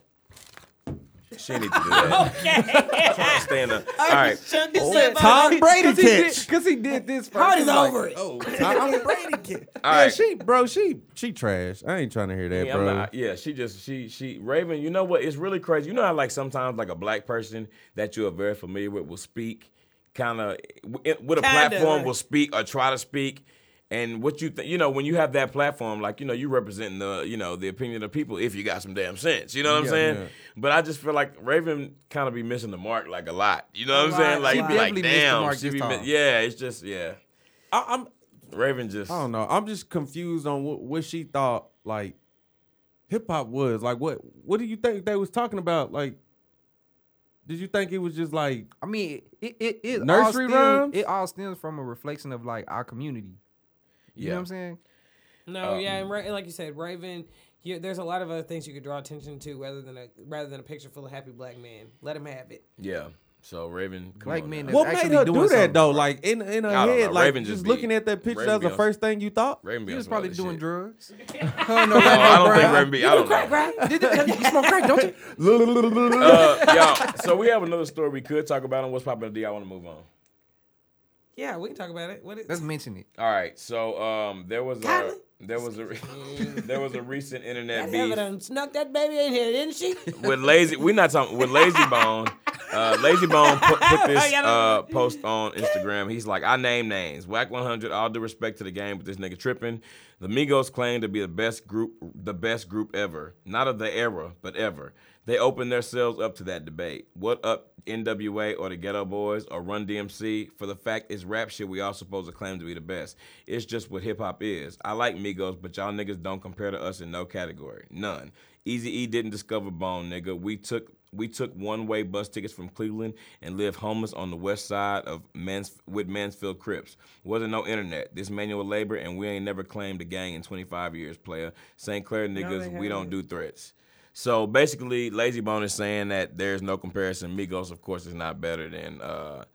She didn't need to do that. okay. Stay in the. All right.
Chuck this shit, bro.
Tom Brady catch.
because he did this. first.
Party's
It's like,
over it.
Oh, Tom Brady catch.
All
Yeah,
right.
she, bro, she, she trash. I ain't trying to hear that,
Yeah, I'm
bro.
not- yeah, she just she she Raven. You know what? It's really crazy. You know how like sometimes like a black person that you are very familiar with will speak, kind of with a
Kinda,
platform
like-
will speak or try to speak, and what you think you know when you have that platform, like you know you representing the you know the opinion of people if you got some damn sense. You know what I'm
Yeah,
saying?
yeah.
But I just feel like Raven kind of be missing the mark like a lot. You know what
A
I'm saying?
lot,
Like
a
you be
lot.
like,
Definitely missed the
damn,
mark
she
this
be mi-
time.
yeah. It's just yeah.
I, I'm,
Raven just
I don't know. I'm just confused on what, what she thought like hip hop was. Like what what do you think they was talking about? Like did you think it was just like
I mean, it it, it all
Nursery
stems,
rhymes?
It all stems from a reflection of like our community. You
Yeah.
know what I'm saying?
No,
Uh,
Um,
yeah, and, Ra- and like you said, Raven. You, there's a lot of other things you could draw attention to rather than a rather than a picture full of happy black men. Let them have it.
yeah. So Raven, come
Black
on
men
now.
that
what made
actually
her
doing
do that
something.
though? Like in in her
I don't
head,
know.
like
Raven
just
just
looking
be-
at that picture,
Raven
that was
be
the
on-
first thing you thought?
Raven be
She
on
was
some other
probably doing
shit.
drugs. Hell no,
No, Oh, I don't think
bro.
Rem B. I don't know.
Did you, you smoke crack, don't you?
Uh, y'all, so we have another story we could talk about on what's popping. Do y'all want to move on?
Yeah, we can talk about it. What is
Let's mention it.
All right. So um, there was a
Tyler?
there was a re- there was a recent internet
that ever
beef
done snuck that baby in here, didn't she?
with lazy. We're not talking with lazy bone. Uh, lazy bone put, put this uh, post on Instagram. He's like, I name names. Whack 100. All due respect to the game, but this nigga tripping. The Migos claim to be the best group, the best group ever. Not of the era, but ever. They opened themselves up to that debate. What up, NWA or the Ghetto Boys or Run DMC? For the fact it's rap shit we all supposed to claim to be the best. It's just what hip hop is. I like Migos, but y'all niggas don't compare to us in no category. None. Easy E didn't discover Bone, nigga. We took we took one-way bus tickets from Cleveland and lived homeless on the west side of Mans- with Mansfield Crips. Wasn't no internet. This manual labor, and we ain't never claimed a gang in 25 years, player. St. Clair niggas, we don't do threats. So basically, Lazy Bone is saying that there's no comparison. Migos, of course, is not better than uh,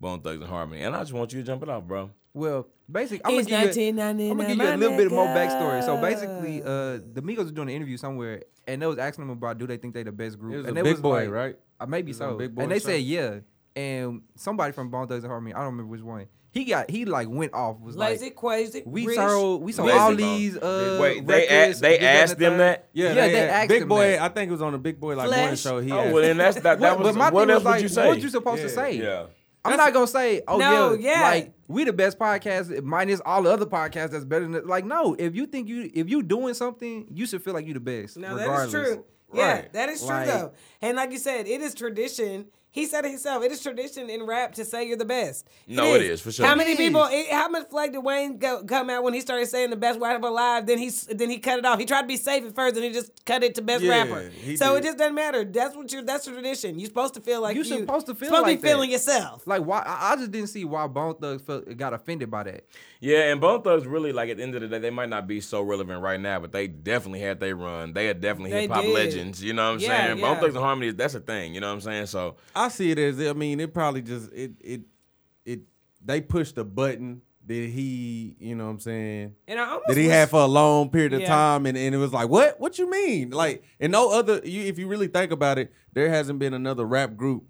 Bone Thugs and Harmony. And I just want you to jump it off, bro.
Well, basically, I'm
It's
gonna give you, a- I'm gonna give you a
1999,
little bit more
my
backstory. So
nigga.
basically, uh, the Migos were doing an interview somewhere, and they was asking them about do they think they the best group?
It was
and
a
they
big boy,
like,
right?
Uh, maybe
It was a
so.
big boy
and they
show.
said yeah. And somebody from Bone Thugs and Harmony, I don't remember which one. He got he like went off. Was
Lazy,
like
crazy,
we
rich.
sold we sold
Lazy
all
Bone.
these. Uh,
Wait, they
records,
a- they
this, that, and
asked
the
them
third."
that?
Yeah,
yeah, they,
had-
asked
Big
him
Boy,
that.
I think it was on the Big Boy like one
Flesh.
show. He
Oh,
asked-
well, then that's that. that
But-
was
but my
what
thing
else
was like,
would you say?
what you supposed to say?
Yeah.
I'm not gonna say, oh
No,
yeah,
yeah.
like we the best podcast minus all the other podcasts that's better than like no. If you think you if you doing something, you should feel like you the best.
Now that is
regardless.
true. Yeah,
Right.
that is true
Like-
though. And like you said, it is tradition He said it himself. It is tradition in rap to say you're the best.
No, it is, for sure.
How many
It
people? It, how much flag did Wayne go, come out when he started saying the best rapper alive? Then he s- then he cut it off. He tried to be safe at first, and he just cut it to best
Yeah,
rapper.
he
So
did.
it just doesn't matter. That's what you're. That's the tradition. You're supposed to feel like
You're
you-
supposed to feel
supposed
like
to be
that.
feeling yourself.
Like why? I, I just didn't see why Bone Thugs felt, got offended by that.
Yeah, and Bone Thugs really like at the end of the day, they might not be so relevant right now, but they definitely had their run. They are definitely
They
hip hop
did.
legends. You know what I'm
Yeah,
saying?
yeah.
Bone Thugs and Harmony, that's a thing. You know what I'm saying? So
I see it as I mean, it probably just it it it they pushed a button that he, you know what I'm saying,
And I almost
that he
wish-
had for a long period of
Yeah.
time and, and it was like, What? What you mean? Like and no other you if you really think about it, there hasn't been another rap group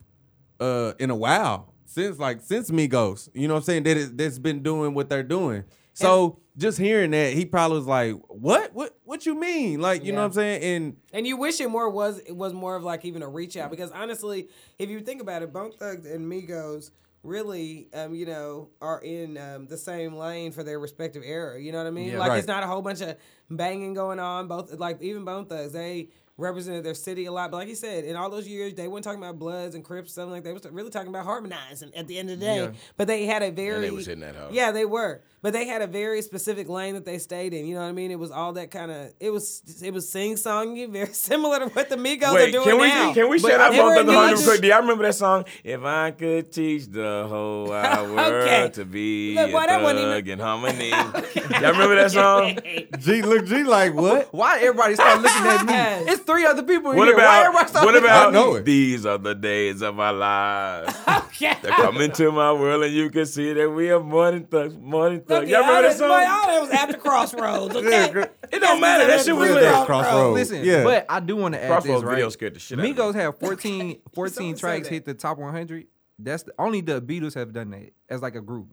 uh in a while. Since like since Migos. You know what I'm saying? That is that's been doing what they're doing. So just hearing that, he probably was like, What? What what you mean? Like, you know
Yeah.
what I'm saying? And
And you wish it more was it was more of like even a reach out because honestly, if you think about it, Bone Thugs and Migos really, um, you know, are in um, the same lane for their respective era. You know what I mean?
Yeah.
like
Right.
it's not a whole bunch of banging going on. Both like even Bone Thugs, they represented their city a lot. But like you said, in all those years, they weren't talking about Bloods and Crips, something like that. They was really talking about harmonizing at the end of the day.
Yeah.
But they had a very
was hitting that hoe.
Yeah, yeah, they were. But they had a very specific lane that they stayed in. You know what I mean? It was all that kind of. It was it was sing songy, very similar to what the Migos are
wait,
doing
can we
now.
can we
But
shout out
they
Bone
were
Thugs and Harmony real
not-
quick? Do y'all remember that song? If I could teach the whole wide world
Okay.
to be
Look,
a
why that
thug
wasn't even-
in harmony. Y'all remember that song?
G look G like what?
Why everybody start looking at me?
Yes.
It's three other people in
What
here. Why
about
everybody start
what
looking at
about
me?
know it.
these are the days of our lives?
Okay.
They come into my world and you can see that we are morning thugs, morning
Look,
thugs. Y'all remember that
that-
song?
boy, all that was after Crossroads. Okay,
girl.
It don't matter. That shit was
Real
lit.
Crossroads.
Oh,
Crossroads.
Listen,
Yeah.
but I do want to add
Crossroads
this, right?
video scared the shit out of
Migos
me.
have 14, 14
Someone said
tracks
that.
hit the top 100. That's the, only the Beatles have done that as like a group.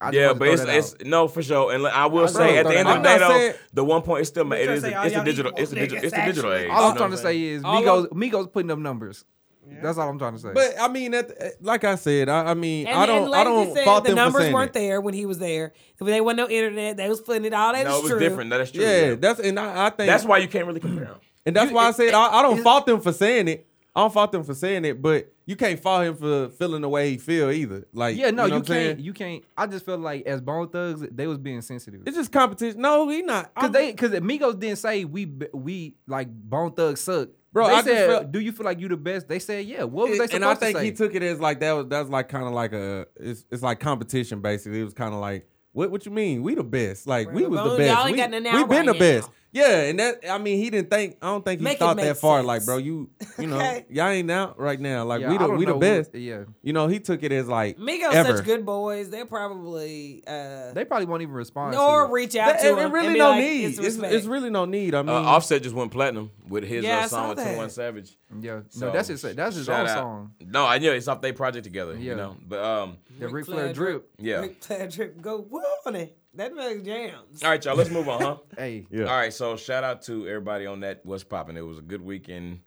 I just
Yeah,
wanted to
but
throw
it's,
that
it's
out.
no for sure. And like, I will say at
throw
the end
that
of the
out.
day
I'm not
though,
saying-
the one point is still ma- it
trying
is
to say
a-
all
it's the
y'all
digital
equal
it's the digital
niggas,
it's the digital
actually.
age.
all I'm
you know
trying
what
to say is
All
Migos, Migos putting up numbers. That's all I'm trying to say.
But I mean, at the, like I said, I, I mean,
and,
I
and
don't, I
like you
don't
said,
fault
the
them for
numbers
saying
weren't
it.
there when he was there. There wasn't no internet. They was putting it all that
No,
is
it was
true.
different. That is true.
Yeah, that's and I, I think
that's why you can't really compare Uh, them.
and that's
you-
why I said I, I don't
it-
fault them for saying it. I don't fault them for saying it, but you can't fault him for feeling the way he feel either. Like,
yeah, no,
you, know
you
what I'm saying?
can't. You can't. I just felt like as Bone Thugs, they was being sensitive.
It's just competition. No, he not.
Cause
I'm-
they, cause Migos didn't say we, b- we like Bone Thugs suck.
Bro,
they
I just
said,
felt-
"Do you feel like you the best?" They said, "Yeah." What was they supposed
and I think
to say?
he took it as like that was that's like kind of like a it's it's like competition basically. It was kind of like what what you mean? We the best? Like we
Right,
was
but
the
y'all
best?
ain't
We,
got
we
nothing
been
out
the
right
best?
now.
Yeah, and that I mean he didn't think I don't think he
Make it
thought
make
that far.
sense.
Like bro, you you know
Okay.
y'all ain't out right now. Like
Yeah,
we
I
the
don't
we the
know who-
best.
yeah.
you know he took it as like
Migos
ever.
such good boys. They're probably uh,
They probably won't even respond.
or
to it.
reach out
That-
to
it,
him.
it
and
really
be
no
like,
need.
It's,
It's,
respect.
it's really no need. I mean,
Uh,
Mm-hmm.
Offset just went platinum with his
Yeah, I
uh,
saw
song with
that.
21 Savage.
Yeah,
So,
no, that's his. That's his
shout
own
out.
song.
No, I know it's off their project together.
Yeah.
You know, but um,
The
Ric
Ric Flair
Flair
drip.
yeah.
Rick Patrick, go woo on it. That man jams.
All right, y'all. Let's move on, huh?
Hey,
Yeah.
All right. So shout out to everybody on that. What's popping? It was a good week in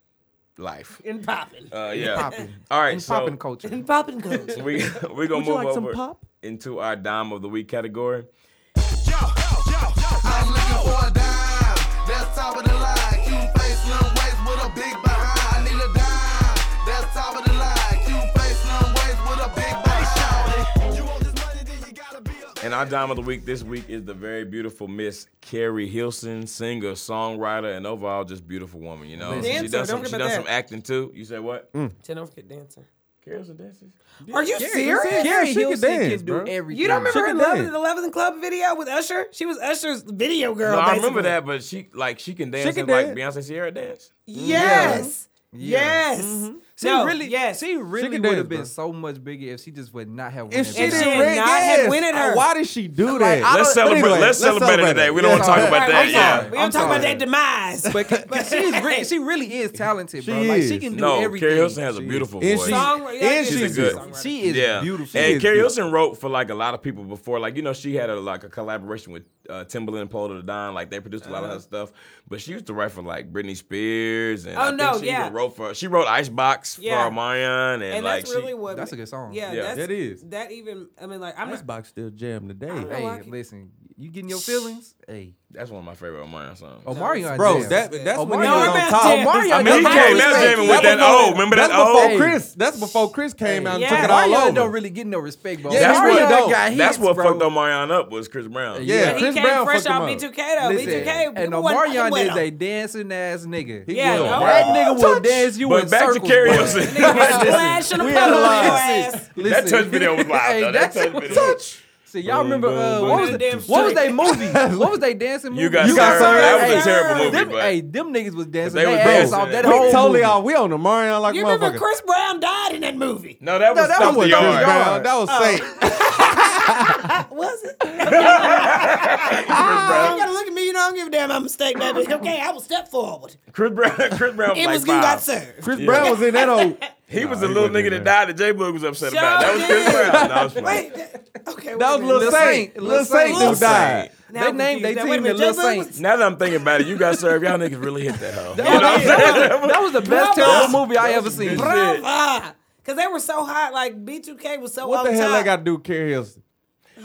life.
And popping.
Uh, yeah.
popping.
All right.
and
so
popping culture.
and popping goes.
we we gonna
you
move
like some
over
pop?
into our dime of the week category.
I'm looking for a dime. That's top of the line. Cute face, slim waist with a big behind. I need a dime. That's top of the line. Cute face, slim waist with a big behind. You want this money, then you gotta be a.
And our dime of the week this week is the very beautiful Miss Carrie Hilson, singer, songwriter, and overall just beautiful woman. You know,
Dancer,
she done some,
don't
she
forget
done
that.
some acting too. You said
Mm.
what?
Jen, don't forget dancer.
Carrie Hilson dances.
Are you serious?
Carrie
she can
Hilson can
dance,
do
bro.
everything.
You don't remember
She
her
can
Love
dance.
in the 11th Club video with Usher? She was Usher's video girl.
No, I
basically.
remember that, but she like she can dance and,
can
like
dance.
Beyonce Sierra dance.
Mm-hmm.
Yes.
Yeah.
Yes.
She
No,
really,
yes.
she really
can
would
dance,
have been
bro.
so much bigger if she just would not have. won
if
that
she
battle.
And she
didn't
had
win,
not had
yes.
winted her.
Why did she do
like,
that?
I
Let's
don't-
celebrate.
anyway,
let's,
let's
celebrate,
celebrate
it today.
it.
We don't want to
Yeah.
talk about
Right,
that.
I'm
yeah.
sorry. We don't
I'm
talk about
sorry.
that demise.
But ca- but she's re- she really is talented, bro.
She
like she
is.
can do
No,
everything.
Carrie Hilson has a beautiful
And
voice.
she-
Song- yeah,
and
she's
she's
good.
good.
She is
yeah.
beautiful.
And
She
is
Carrie
beautiful.
Hilson wrote for like a lot of people before. Like you know, she had a like a collaboration with uh, Timbaland and Paul to the Don. Like they produced a lot of her stuff. But she used to write for like Britney Spears and
Uh-huh. Oh,
I think
no,
she
yeah.
even wrote for. She wrote Icebox
Yeah.
for Armayan and,
and
like
that's really
she,
what.
That's a good song.
Yeah,
Yeah.
that's,
That is.
That even, I mean, like, I'm
This
not.
box still jammed today.
I don't
Hey,
like it.
listen, you getting your feelings? Hey,
That's one of my favorite Omarion songs.
Oh,
Omarion,
Bro,
jam.
that that's when
Omarion-
he was on
Omarion
top.
jam. I
I mean, he
done
came
really-
out jamming with
That
that
was on-
old. Remember that
That's before
Hey.
old?
Chris. That's before Chris came out and
Yeah.
took it all
Omarion
over.
don't really get no respect, bro.
Yeah,
That's
Omarion
what-
done got
That's
hits,
what
bro.
fucked Omarion up was Chris Brown.
Yeah,
he
Chris
came
Brown
fresh
fucked him
off
up.
B2K though. B2K.
and
people wasn't fucking
Omarion
with
is
him.
a dancing ass nigga.
He
Yeah,
will,
no.
bro.
That nigga will dance you
But
in
back to
circles. bro.
karaoke.
Nigga,
Listen,
splash in the
we had
puddle
a
on
lot.
your ass.
Listen.
That touch video was live,
Hey,
though. That
that's
touch
what-
video.
touch. See, y'all remember uh, what was
boom,
the,
boom.
what was they movie? what was they dancing movie?
You got
Served. That
Hey,
was a terrible movie,
Them,
but-
hey, them niggas was dancing
They
their
was
ass
dancing.
off that
We
whole
We totally
movie.
off. We on the Marion like
You remember
motherfucker.
Chris Brown died in that movie?
No, that
No,
was
that
Stomp
was
the
Chris
Yard.
Brown.
Brown, that was safe.
Was it?
Ah.
Chris
You
Brown.
gotta look at me. You know, I don't give a damn. I'm a mistake, baby. Okay, I will step forward.
Chris Brown. Chris Brown was
It
like
was you
five.
got served.
Chris Brown was in that old.
He was the little
wasn't
nigga that
in
died that J Boog was upset about. That was
Sure
Chris
did.
Brown. That was funny.
Wait, that- okay. wait
That
a
was
minute.
Lil Saint. Lil Saint
Lil
dude died.
Now
They
I'm
named they
confused. Wait a
team the
minute,
Little
Jay Boog
Saints.
Now that I'm thinking about it, you got served. Y'all niggas really hit that hoe.
That was, that was- that was the best terrible movie I ever seen.
That was-
Ah, because they were so hot. Like B2K was so
What
off
the hell
top.
I got to do, with Carrie Hilson?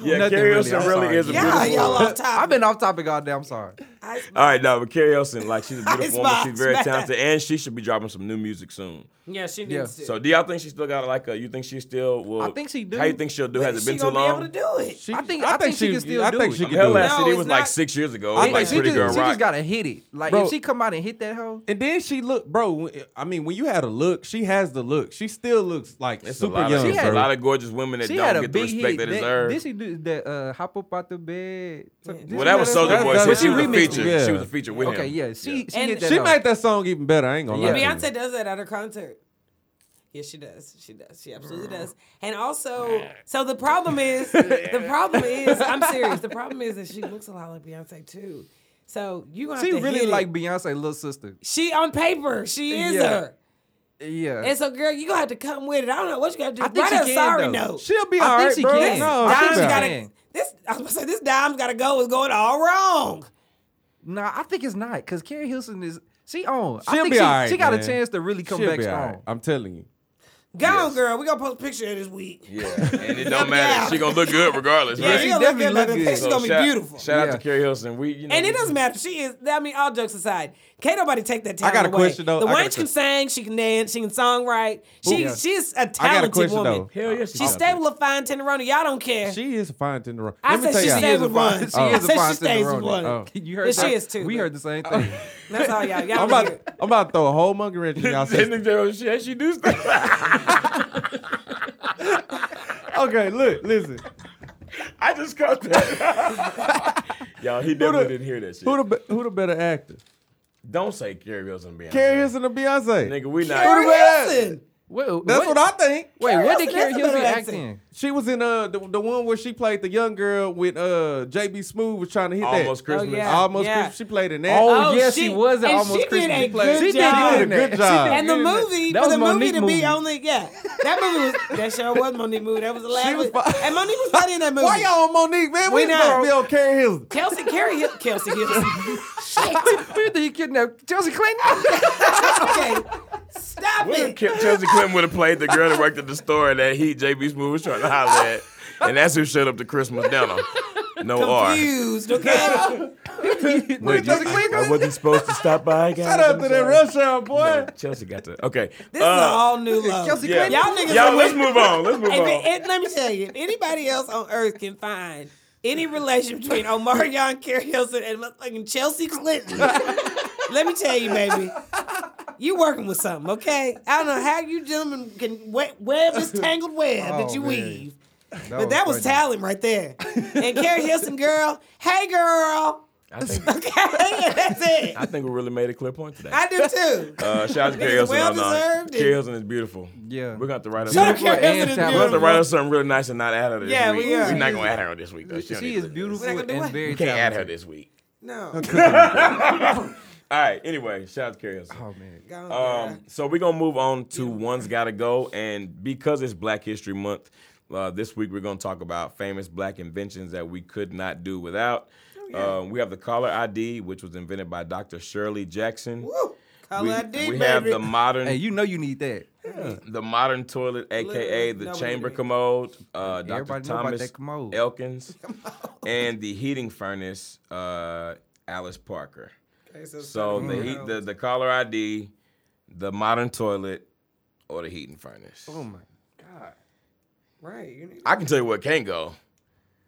Yeah,
Nothing
Carrie
really,
Hilson
I'm
really
sorry.
is a
Yeah,
beautiful.
y'all off top.
I've been off topic all day. I'm sorry.
I,
All right, no, but Carrie Elson, like she's a
Ice
beautiful woman.
box,
She's very
man.
talented, and she should be dropping some new music soon.
yeah, she
Yeah.
needs to.
So, do y'all think she still got like a? You think she still will?
I think she do.
How you think she'll do? Has
Is
it
she
been too
gonna
long?
be able to do it?
I think- I think she can still
I
do
think
it.
she can
Her
do it.
last
No,
city
it's
was
not-
like six years ago. It
I
was
think
like
she
Pretty
just,
Girl
she
Rock.
just gotta hit it. Like
Bro.
if she come out and hit that hoe,
And then she look, bro. when- I mean, when you had a look, she has the look. She still looks like
It's a
super
lot,
young.
of,
She
it's
had-
a lot of gorgeous women that
she had
don't
a
get the
big
respect
hit.
they
that,
deserve.
did she do that? Uh, hop up out the bed. So- did
well,
she
that
do
was
song?
Soldier
That's-
Boy. So
that's
she
what
was
she
a
remixed,
feature.
yeah.
She was a feature with
Okay,
him.
yeah, she she
And
hit that.
She
hoe.
made that song even better. I ain't gonna lie.
Yeah.
to you.
Beyonce does that at her concert. Yes, she does. She does. She absolutely does. And also, so the problem is, the problem is, I'm serious. The problem is that she looks a lot like Beyonce too. So you gonna have
She
to hit
really
it.
like Beyonce, little sister.
She on paper, she is
Yeah.
her.
Yeah,
And so, girl, you gonna have to come with it. I don't know what you gotta do.
I think
Write
she can,
a sorry
though.
note.
She'll be
I think
alright,
she
bro.
can.
No,
I think
Dime's
she
she
better.
got
gotta
can.
this. I was gonna say this Dime's gotta go. Is going all wrong.
nah, I think it's not because Carrie Hilson is she on. I
She'll
think
be
she,
alright,
she got a
man.
chance to really come
She'll
back
be
strong.
alright. I'm telling you.
Go on, girl. We gonna post a picture of this week.
Yeah, and it don't matter. She gonna look good regardless.
Yeah,
right?
she
she gonna look
definitely
good.
look
but the
good.
picture's
So
gonna be
shout-
beautiful.
Shout out
Yeah.
to Carrie Hilson. We, you know,
And it
we-
doesn't matter. She is. I mean, all jokes aside, can't nobody take that
I
talent
got a
away.
question, though.
The
I got a
wench can sing. She can dance. She can songwrite. She
Yeah.
she's a talented
I got a question
woman.
though.
Hell yeah,
She's stable of fine tenderoni. Y'all don't care.
She is a fine tenderoni.
I
Let me
said
tell
she
y'all.
stayed
fine-
with one.
she is a
I said
fine
she stays with
tenderoni.
one.
Oh.
You heard
Yeah, she
that?
is too,
We
but-
heard the same thing.
That's all y'all. Y'all
I'm
don't care.
about, I'm about to throw a whole monkey wrench in y'all system.
She, oh, she, she do stuff.
Okay, look, listen.
I just caught that. Y'all, he definitely didn't hear that shit.
Who the be- who the better actor?
Don't say Carrie Hilson being
Carrie Hilson or Beyonce?
Nigga, we not.
Who the better actor?
Listen,
Well,
That's what, I think.
Wait, what did
Hilson
Carrie
is a better
Hilson act
actor.
in?
She was in uh the, the one where she played the young girl with uh JB Smooth was trying to hit
Almost
that.
Christmas.
Oh, yeah.
Almost
Yeah.
Christmas. She played in that.
Oh,
Oh,
yes,
she-
she was an
and
almost
she did
Christmas
a
player.
good
She
job.
did good in
She did a
that.
good job.
She did
and the
good in that.
movie,
That
for
was
the movie
Monique
to be
movie.
only, yeah, that movie was that show was Monique movie. That was the last.
She was
movie.
fine.
and Monique was funny in that movie.
Why y'all on Monique, man?
Oh, We
We
not.
not be on Carrie Hilson.
Kelsey Carrie, Hill- Kelsey Hilton.
Who did he kidnap? Chelsea Clinton?
okay, stop
What if
it.
Ke- Chelsea Clinton would have played the girl that worked at the store that he, JB Smooth, was trying to holler at? And that's who showed up to Christmas dinner. No R.
Confused, okay?
Wait, you- I wasn't supposed to stop by, guys.
Shout out
I'm
to that
sorry.
rush hour, boy.
Chelsea got to. Okay. Uh,
This
Uh,
is an all new love.
Kelsey
yeah.
Clinton?
Y'all niggas
Y'all,
are
let's
weird.
move on. Let's move
If it-
on.
if- let me tell you, if anybody else on earth can find any relation between Omarion Carrie Hilson and motherfucking Chelsea Clinton, let me tell you, baby, you working with something, okay? I don't know how you gentlemen can we- web this tangled web that
Oh,
you
man.
weave,
Oh,
but that was
funny.
talent right there. And Carrie Hilson, girl, hey girl,
I think,
okay, that's it.
I think we really made a clear point today.
I do too.
Uh, shout out to Carrie
It's
Hilson.
well
No, no.
deserved.
Carrie Hilson is beautiful.
Yeah.
We're going to have to write her
Shout out
something.
Beautiful
Carrie Hilson
and
is
talented.
We're going to
beautiful.
write her something really nice and not add her this
Yeah,
week.
we are.
We're not going to add her this week, though. don't
She
need
is
to-
beautiful
We're not
and
gonna do it.
very
We can't add her
talented.
this week.
No,
Um, All right. Anyway, shout out to Carrie Hilson.
Oh man.
Go on, girl.
Um, so we're gonna move on to one's gotta go, and because it's Black History Month, uh, this week we're gonna talk about famous Black inventions that we could not do without.
Oh,
Um, we have the collar ID, which was invented by Dr. Shirley Jackson.
Woo. Call
we
that D,
we
baby.
have the modern,
Hey, you know you need that.
the modern toilet, aka
Literally,
the
nobody
chamber
did.
commode. Uh, Dr.
Everybody know about
Thomas
that commode.
Elkins, and the heating furnace, uh, Alice Parker.
Okay, so,
So Oh,
it's
the
like,
heat, the, the caller ID, the modern toilet, or the heating furnace.
Oh
Oh right, you need
I can tell you what can go.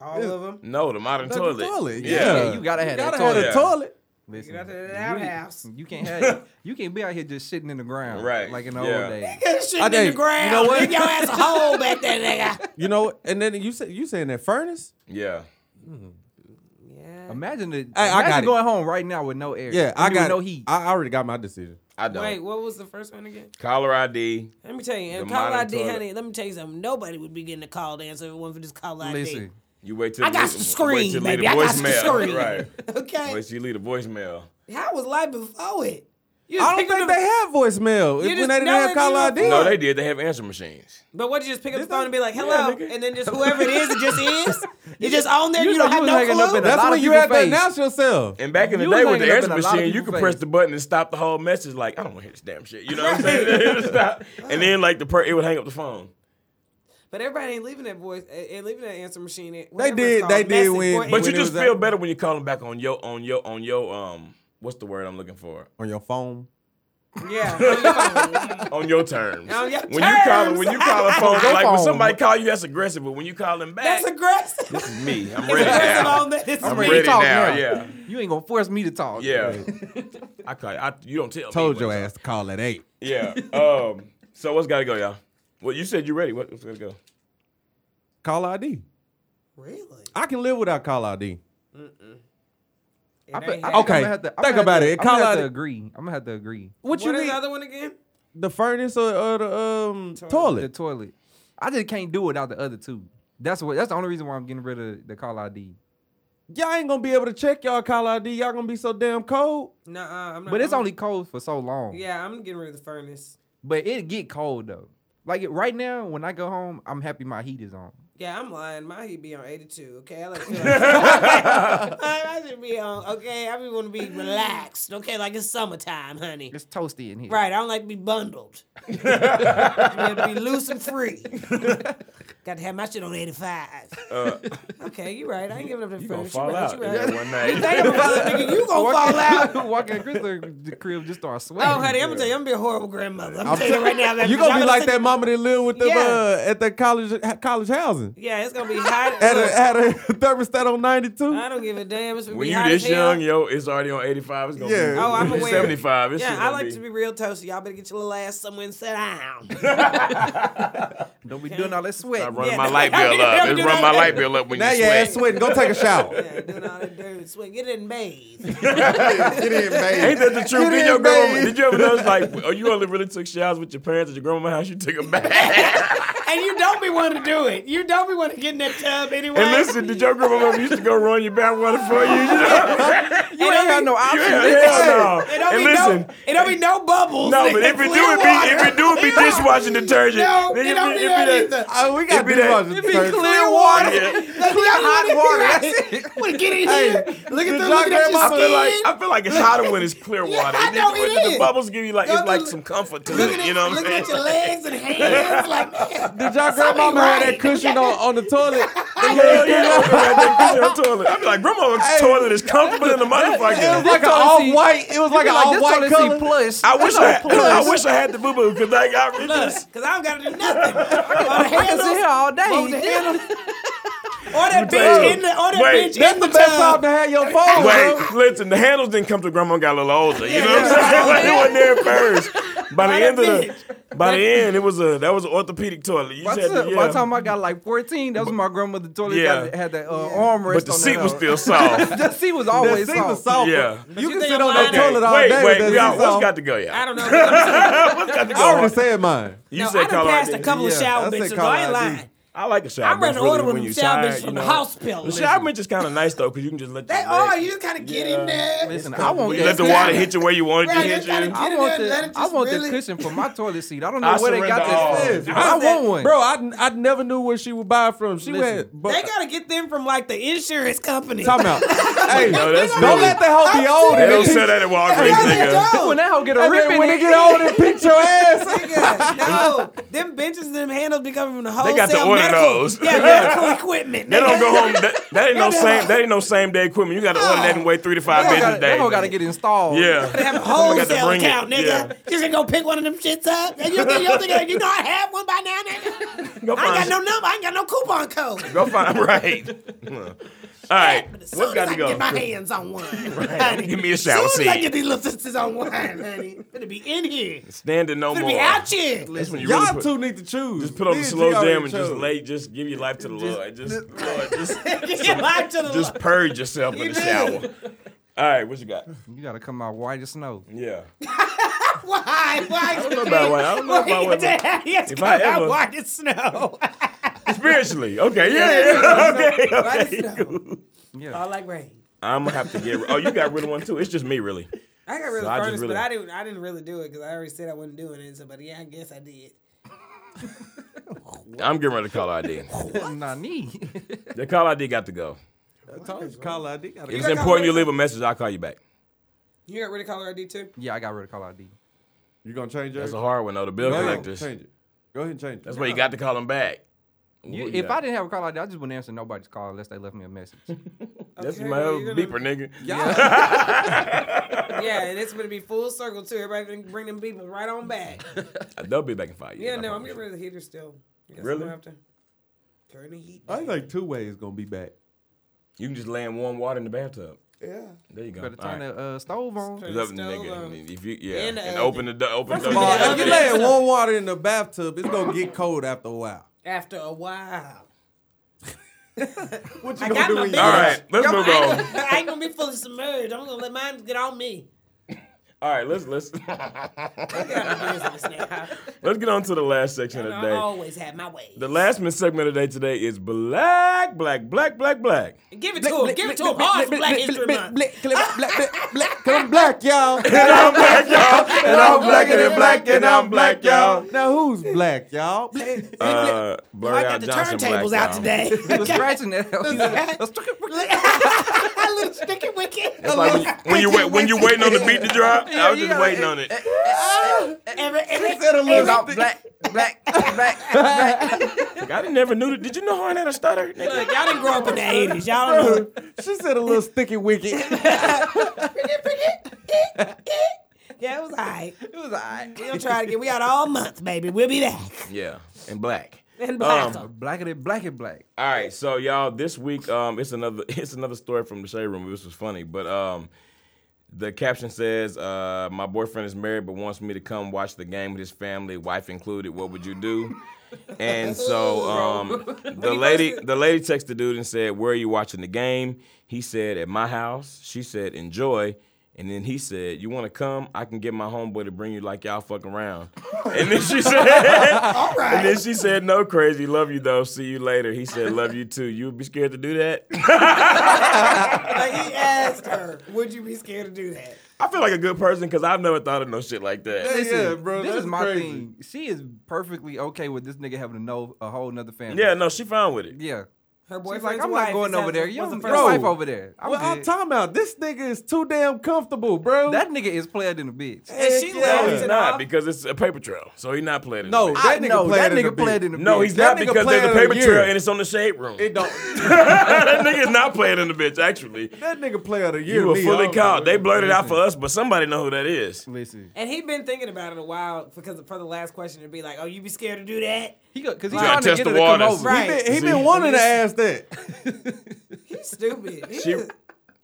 all of them.
No, the modern
The
toilet.
toilet,
Yeah,
Yeah.
you gotta have
Gotta
that toilet.
have a toilet.
Listen,
Get out of that outhouse.
You can't have you can't be out here just sitting in the ground
Right,
like in the
yeah.
old days.
Get shit
I
in the
think-
ground.
you know what?
Leave your ass a hole back there, nigga.
You know, what? and then you say you saying that furnace?
Yeah.
Yeah.
Imagine the
I
imagine
got it.
going home right now with no air.
Yeah, I
With
got
no heat.
I I already got my decision.
I don't.
Wait, what was the first one again?
Caller ID.
Let me tell you, and
The
call
modern
ID,
toilet.
honey. Let me tell you something. Nobody would be getting a call to answer if it wasn't for this call ID.
Listen,
You wait till
I got
wait-
some
wait till
screen,
you leave
baby.
a
I got some
voicemail.
screen.
Right.
Okay.
Wait till you leave a voicemail.
How was life before it? You just
I don't
pick up
think
the-
they had voicemail
You
when
just-
they didn't
no,
have
they
caller
didn't.
ID.
No, they did. They have answer machines.
But what, you just pick up the
Did
phone
they?
and be like,
Yeah,
hello,
nigga.
and then just whoever it is, it just is? It's just on there, you,
You
don't
know
have
you
no
was hanging up
clue?
in that-
That's
lot of
when you
people
had to
face.
announce yourself.
And back in the
You
day
was
with the
hanging up
answer
in a lot of
machine, you
people's
could press
face.
the button and stop the whole message. Like I don't want to hear this damn shit. You know what I'm saying? It'll stop. And then like the per- it would hang up the phone.
But everybody ain't leaving that voice, ain't leaving that answer machine. It,
did- they did when-
But
When
you
it
just
was
feel
out-
better when you call them back on your on your on your um what's the word I'm looking for
On your phone.
yeah.
on your terms.
On your
when you call
terms.
when you call a phone
your
like when
phone.
somebody call you that's aggressive, but when you call them back,
That's aggressive.
this is me. I'm
It's
ready
aggressive
now.
on that. It's
I'm
ready
ready
to talk
now.
now.
Yeah,
you ain't gonna force me to talk.
yeah. I call you. I, you don't tell
Told
me.
your
what's
ass to call at eight.
up. Yeah. Um. So what's gotta go, y'all? Well, you said you ready. What, what's gotta go?
Call ID.
Really?
I can live without call ID.
I
It
bet-
ain't
I
happening.
think I'm
Okay,
gonna have to- I'm gonna
think
have
about
to-
it.
I'm gonna
Call
have to
out-
agree. I'm gonna have to agree.
What you
What is
need?
the other one again?
the furnace or, or the um toilet?
The toilet. I just can't do it without the other two. That's what. That's the only reason why I'm getting rid of the call ID.
Y'all ain't gonna be able to check y'all call ID. Y'all gonna be so damn cold.
Nah, uh, I'm not.
But it's
I'm-
only cold for so long.
Uh-huh. Yeah, I'm getting rid of the furnace.
But it get cold though. Like it- right now, when I go home, I'm happy my heat is on.
Yeah, I'm lying. My heat be on 82. Okay, I like to feel like I, should be on. Okay, I be want to be relaxed. Okay, like it's summertime, honey.
It's toasty in here.
Right, I don't like to be bundled. I like to be loose and free. Got to have my shit on 85. okay, you right. I ain't giving up that
Uh, You gonna
furnace.
fall
you
out
Right, you
yeah,
right.
one night.
Damn, brother, nigga, you gonna fall out.
Walking Chris the crib just start
Oh,
sweating.
honey, I'm gonna tell you, I'm gonna be a horrible grandmother. I'm, telling you right now. that-
You gonna be
y'all
like
sit-
that mama that lived with them
Yeah.
uh, at the college college housing.
Yeah, it's gonna be hot.
At
Look,
a, at a thermostat on 92.
I don't give a damn. It's gonna
when
be
you
hot as
this
hell.
young, yo, it's already on 85. It's gonna be
Yeah.
Oh, I'm aware.
75. It's
Yeah,
just
I
gonna
like
be-
to be real toasty. Y'all better get your little ass somewhere and sit down.
Don't be doing all that
I
sweat.
running
Yeah.
my light bill up. It's run my light bill up when
now
you
your ass
sweat.
sweating. Go take a shower.
yeah, doing all that dirty sweat. Get in and bathe.
Get in,
Ain't
baby.
that the truth?
Get
Did
in,
your grandma,
babe.
did you ever notice like, oh, you only really took showers with your parents at your grandma's house? You took a bath.
and you don't be wanting to do it. You don't be wanting to get in that tub anyway.
and listen, did your grandma ever used to go run your bath water for you? You know?
you ain't got no
You ain't- hell no.
It don't,
And
be
listen.
no, it don't be no bubbles.
No,
It's
but if it do,
clear
it be if it do, it be
water.
dishwashing detergent.
No,
Nigga,
it don't
be-
be
it
that
be
either.
Oh, we got
It be
to
that-
watch
it
this
Be
first.
clear water.
Yeah.
Like, y'all
hot water. That's it.
Want to get in
Hey,
here? Look at
did
the
y'all
look at your
I feel
skin.
like I feel like it's hotter when it's clear
Yeah,
water.
I
And
know
then
it
The
is.
bubbles give you like
Y'all
it's like
look-
some comfort to
look
it.
at
You know what
Look
I'm
at your
saying?
legs and hands. Like, man.
Did y'all grandmama have that cushion on, on the toilet?
Hell yeah, I'll be right there kissing her toilet. I be like, Grandma's toilet is comfortable in the
It was
motherfucker.
like an
toilet
all
seat-
white. It was like
Be
an
like,
all
Oh this
white
toilet seat
color.
plush.
I wish I, had,
plus.
I wish I had the boo boo because I got rid of
Because I don't got to do nothing. I
I can sit here all
Both the
day.
handles. or that
tell
bitch
you.
in the or that
Wait,
bitch
That's
in
the
the,
best time
tub.
to have your phone, bro.
Wait, listen, the handles didn't come to grandma got a little older. You know what I'm saying? Like, it wasn't there first. By the end of the by the end, it was a that was an orthopedic toilet. You
By
just
the
had to,
time- by the
yeah.
time I got like 14, that was my grandmother's toilet
Yeah.
that had that uh, armrest.
But the
on
seat
that
was
hoe.
still soft.
The seat was always
That seat was
soft.
soft.
Yeah.
You can
think
sit
I'm
on that
lying?
toilet all
wait,
day.
wait,
with
we
that
all,
seat
what's
soft.
got to go, y'all?
I don't know. but
what's got to go?
I already said mine.
you
no, I
said
done
call
passed
ID.
a couple
Yeah,
of shower
I said
bitches.
call
I ain't
ID.
lying.
I like the shower.
I'm ready
bench
to
really
order
when
them
you
shower
tired,
benches
you
from the
know.
house pill.
The shower bench is kind of nice though, because you can just let
They
your
are.
leg-
You just kind of get in there.
Listen, I won't
you let the water hit you where you want it to
Right,
hit
you gotta
you.
I
Get it
want,
done,
the,
let it
I
just
want
really-
the cushion for my toilet seat. I don't know
I
where they got
surrender
this.
all.
I want one.
Bro, I, I never knew where she would buy it from. She
Listen,
went.
They
But,
gotta get them from like the insurance company.
time out. hey,
No,
don't
that's really-
let the hoe be old.
They
and
don't sell
then teach-
that at Walgreens,
Yeah, they
nigga.
don't.
when that hoe get a
and
rip
then
in
when they
it.
get old and pinch your ass.
Nigga, no, them benches and them handles be coming from the wholesale
They got the order one of those.
Yeah, medical equipment.
They don't
nigga.
go home. That, that ain't no same. That ain't no same day equipment. You got to order that and wait three to five
That
business
gotta, that
days.
hoe gotta get installed.
They
Yeah.
have
Someone got
a
to
wholesale
bring it,
account, nigga.
yeah.
Just gonna go pick one of them shits up. And you think you think like, you know I have one by now, nigga?
Go
I ain't got
find.
no number. I ain't got no coupon code.
Go find. Right. All right.
But as soon
What's
as
got
I
to
can get my
go?
hands on one, honey.
Give me a shower
As soon as I
seat.
get these little sisters on one, honey, it'll be in here.
Standing no
It'll
more.
be out here.
That's when you
Y'all
really put,
two need to choose.
just put on
Me
the
and
slow
G already
jam and just
chose.
lay. Just give your life to the Lord. Just Lord. Just
Get your life to the
just
Lord.
purge yourself in the shower. All right. What you got?
You gotta come out white as snow.
Yeah.
Why? Why? I don't
know about why. I don't know about why, but
If
if I ever-
white as snow.
Spiritually. Okay. Yeah. yeah. Okay.
White
Okay.
as snow.
Yeah.
All like rain.
I'm gonna have to get. Oh, you got rid of one too. It's just me, really.
I got rid
So
of
I just
furnace,
really-
but I didn't. I didn't really do it because I already said I wasn't doing it. So, but yeah, I guess I did.
I'm getting rid of caller ID.
Nah, knee.
The call ID got to go.
I told you, Kyle, I did gotta
If
get
it's important you leave a message, I'll call you back.
You got rid of caller ID too.
yeah, I got rid of call ID.
You gonna change yours?
That's a hard one though. The bill
Go ahead,
collectors.
change it. Go ahead and change it.
That's why you got to call them back.
You,
What you
if
got?
I didn't have a call ID, I just wouldn't answer nobody's call unless they left me a message.
That's
Okay,
my
well,
old
you're
beeper,
gonna-
nigga.
Yeah, and it's gonna be full circle too. Everybody gonna bring them people right on back.
They'll be back in five years.
Yeah,
I
no, I'm
promise.
getting rid of the heater still. I guess I'm
Really?
gonna have to turn the heat.
I think two ways gonna be back.
You can just lay in warm water in the bathtub.
Yeah.
There you go.
Better
All
turn
right.
the uh, stove on.
Turn
It's up,
the stove
nigga.
on.
If you yeah,
And
and,
the
open the door, open the
First
door.
of all,
If you
Okay.
lay warm water in the bathtub, it's gonna get cold after a while.
After a while. I
What you
got
gonna do
my
when you
big-
all right, let's move
I
on.
ain't, I ain't gonna be fully submerged. I'm gonna let mine get on me.
All right, let's let's
Get out of business now.
let's get on to the last section
And
of the
I
day.
always had my way.
The last minute segment of the day today is black, black, black, black, black.
Give it to him. Give it to him hard for Black History Month.
Come black, y'all.
And I'm black and I'm black and I'm black, y'all.
Now who's black, y'all?
Uh, blur
I
out
got the
Johnson
turntables
black,
out
y'all.
today.
The scratching that.
A little sticky wicket.
It's like when you wait, when you waiting on the beat to drop, I was just waiting on it.
Every, every,
Said a little stick.
black, black, black.
Like, I never knew that. Did you know Harn had a stutter?
Look, y'all didn't grow up in the 80s. Y'all don't know.
She said a little sticky wicket.
Yeah, it was all right. It was all right. We'll try to get we out all month, baby. We'll be back.
Yeah, and black.
And black.
Blacker than black and black.
All right, so y'all, this week um, it's another it's another story from the shade room. This was funny, but um, the caption says, uh, "My boyfriend is married, but wants me to come watch the game with his family, wife included. What would you do?" And so um, the lady the lady texted the dude and said, "Where are you watching the game?" He said, "At my house." She said, "Enjoy." And then he said, "You want to come? I can get my homeboy to bring you like y'all fuck around." And then she said. And then she said, "No, crazy. Love you though. See you later." He said, "Love you too." You would be scared to do that?
Like he asked her, would you be scared to do that?
I feel like a good person because I've never thought of no shit like that.
Listen,
yeah, bro,
this is
that's
my
crazy.
thing. She is perfectly okay with this nigga having to know a whole nother family.
Yeah, no, she fine with it.
yeah.
Her
She's
boyfriend's
like, I'm
wife
not going
is-
over there.
was
You
the
don't
first
your
Bro.
wife
wife.
over there. I'm
well, I'm
good.
talking about this nigga is too damn comfortable, bro.
that nigga is player than a bitch.
And she
Yeah.
No,
left
he's
it
not
off.
because it's a paper trail, so he's not playing. in
No,
the bitch.
that
I
nigga
know,
player
that
than a
nigga
bitch.
player than a bitch.
no, he's
That
not
nigga
because
playing
there's a
in a
paper trail
year.
and it's on the shade room.
It don't.
that nigga's not playing in the bitch. Actually,
That nigga player of the year.
you were
me,
fully
I don't
caught.
know.
They blurted out for us, but somebody know who that is.
Listen,
And he'd been thinking about it a while because for the last question it'd be like, Oh, you be scared to do that?
he go because he's
Trying
trying
to
to
test
get
the
her to come
waters.
over.
Right.
He been, he
See?
been wanting to ask that.
He's stupid. He
She,
was-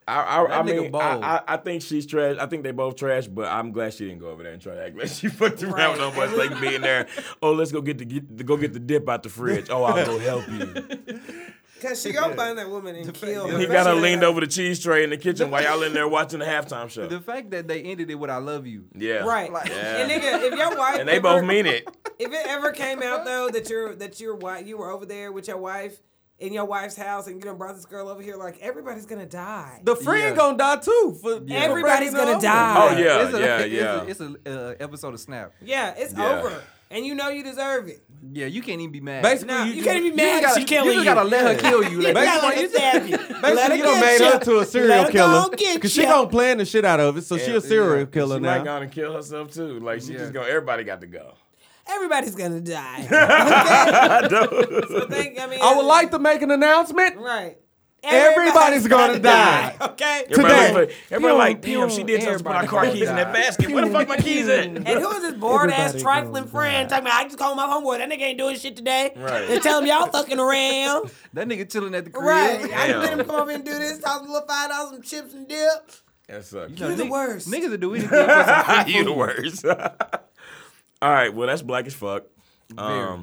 I, I, I
That nigga
mean, I,
bold.
I, I think she's trash. I think they both trash, but I'm glad she didn't go over there and try to act like she fucked around with no much like being there. Oh, let's go get the get, go get the dip out the fridge. Oh, I'll go help you.
Cause she gonna find that woman and kill her.
He got her leaned over the cheese tray in the kitchen while y'all in there watching the
The
halftime show.
fact that they ended it with "I love you,"
Yeah,
Right.
Yeah.
And nigga, if your wife
And they
ever-
both mean it.
If it ever came out though that you're that you're wi- you were over there with your wife in your wife's house and you done brought this girl over here, like everybody's gonna die.
The friend
Yeah.
gonna die too. For, for
Everybody's
breaking
gonna
up.
die.
Oh yeah,
it's a,
yeah,
it's
yeah.
A, it's a uh, episode of Snap.
Yeah, it's
Yeah.
over. And you know you deserve it.
Yeah, you can't even be mad.
Basically,
Now, you,
you, just-
can't be
you
mad
just gotta,
she killing you.
just gotta let her kill you.
You
Like,
gotta
basically,
let her
you-
stab you.
Basically, you done made her to a serial
Let her go
killer.
get
she
ya.
gonna plan the shit out of it, so she
Yeah,
a serial
yeah.
killer
she might
now.
gonna kill herself too. Like she
Yeah.
just gonna everybody got to go.
everybody's gonna die. Okay? so think, I mean,
I would like to make an announcement.
right.
Everybody's gonna die.
Okay.
Everybody,
Today.
like, everybody like,
Pew,
damn, she did tell us to put our
everybody
car
gonna
keys in that
die.
basket. Where the fuck my keys at?
And who is this bored ass
Everybody
trifling
goes
friend talking about? I just called my homeboy. That nigga ain't doing shit today.
Right.
And tell him y'all fucking around.
That nigga chilling at the crib.
right. I
Damn.
can let him come over and do this. Toss him a little five dollars, some chips and dip.
That sucks.
No,
You're the
nigg-
worst.
Niggas will do anything for some free
Ah, you the
food.
worst. All right, well that's black as fuck. Um,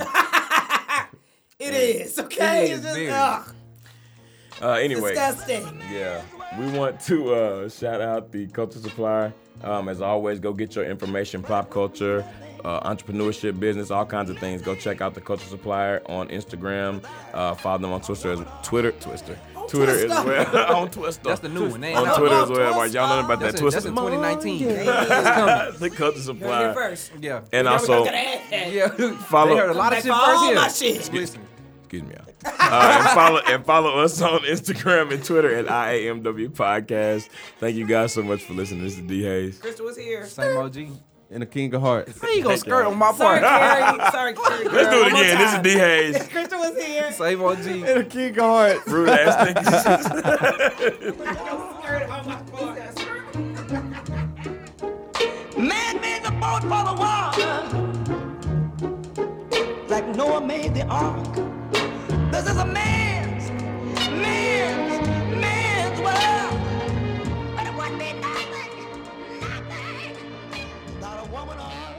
It is okay.
It
It's
is
just
very.
ugh,
uh, anyway,
disgusting.
yeah, we want to uh, shout out the Culture Supply. Um, as always, go get your information, pop culture, uh, entrepreneurship, business, all kinds of things. Go check out the Culture Supplier on Instagram. Uh, follow them on Twister, as, Twitter, Twister, Twitter as
Twister.
well on Twister.
That's the new one. They ain't
on
out.
Twitter as well. Right, y'all know about
That's,
that
in-
Twister.
that's in 2019.
the Culture
Heard it
Supply.
first.
Yeah.
And also,
Yeah.
Follow-
They heard a lot of
Back
shit
for
first
all
here.
my shit.
Listen.
excuse me. y'all. Uh, and follow and follow us on Instagram and Twitter at IAMW Podcast. Thank you guys so much for listening. This is D Hayes.
Crystal was here.
Same OG.
In the King of Hearts.
How you gonna skirt on my
Sorry,
part?
Carrie. Sorry, Carrie.
Let's do it
girl. One more
again. This is
time.
D Hayes.
Crystal was here.
Same OG.
In the King of Hearts.
Rude ass niggas.
oh
Man made the boat for the water, like Noah made the ark. This is a man's, man's, man's world. But it wasn't nothing, nothing. Not a woman or a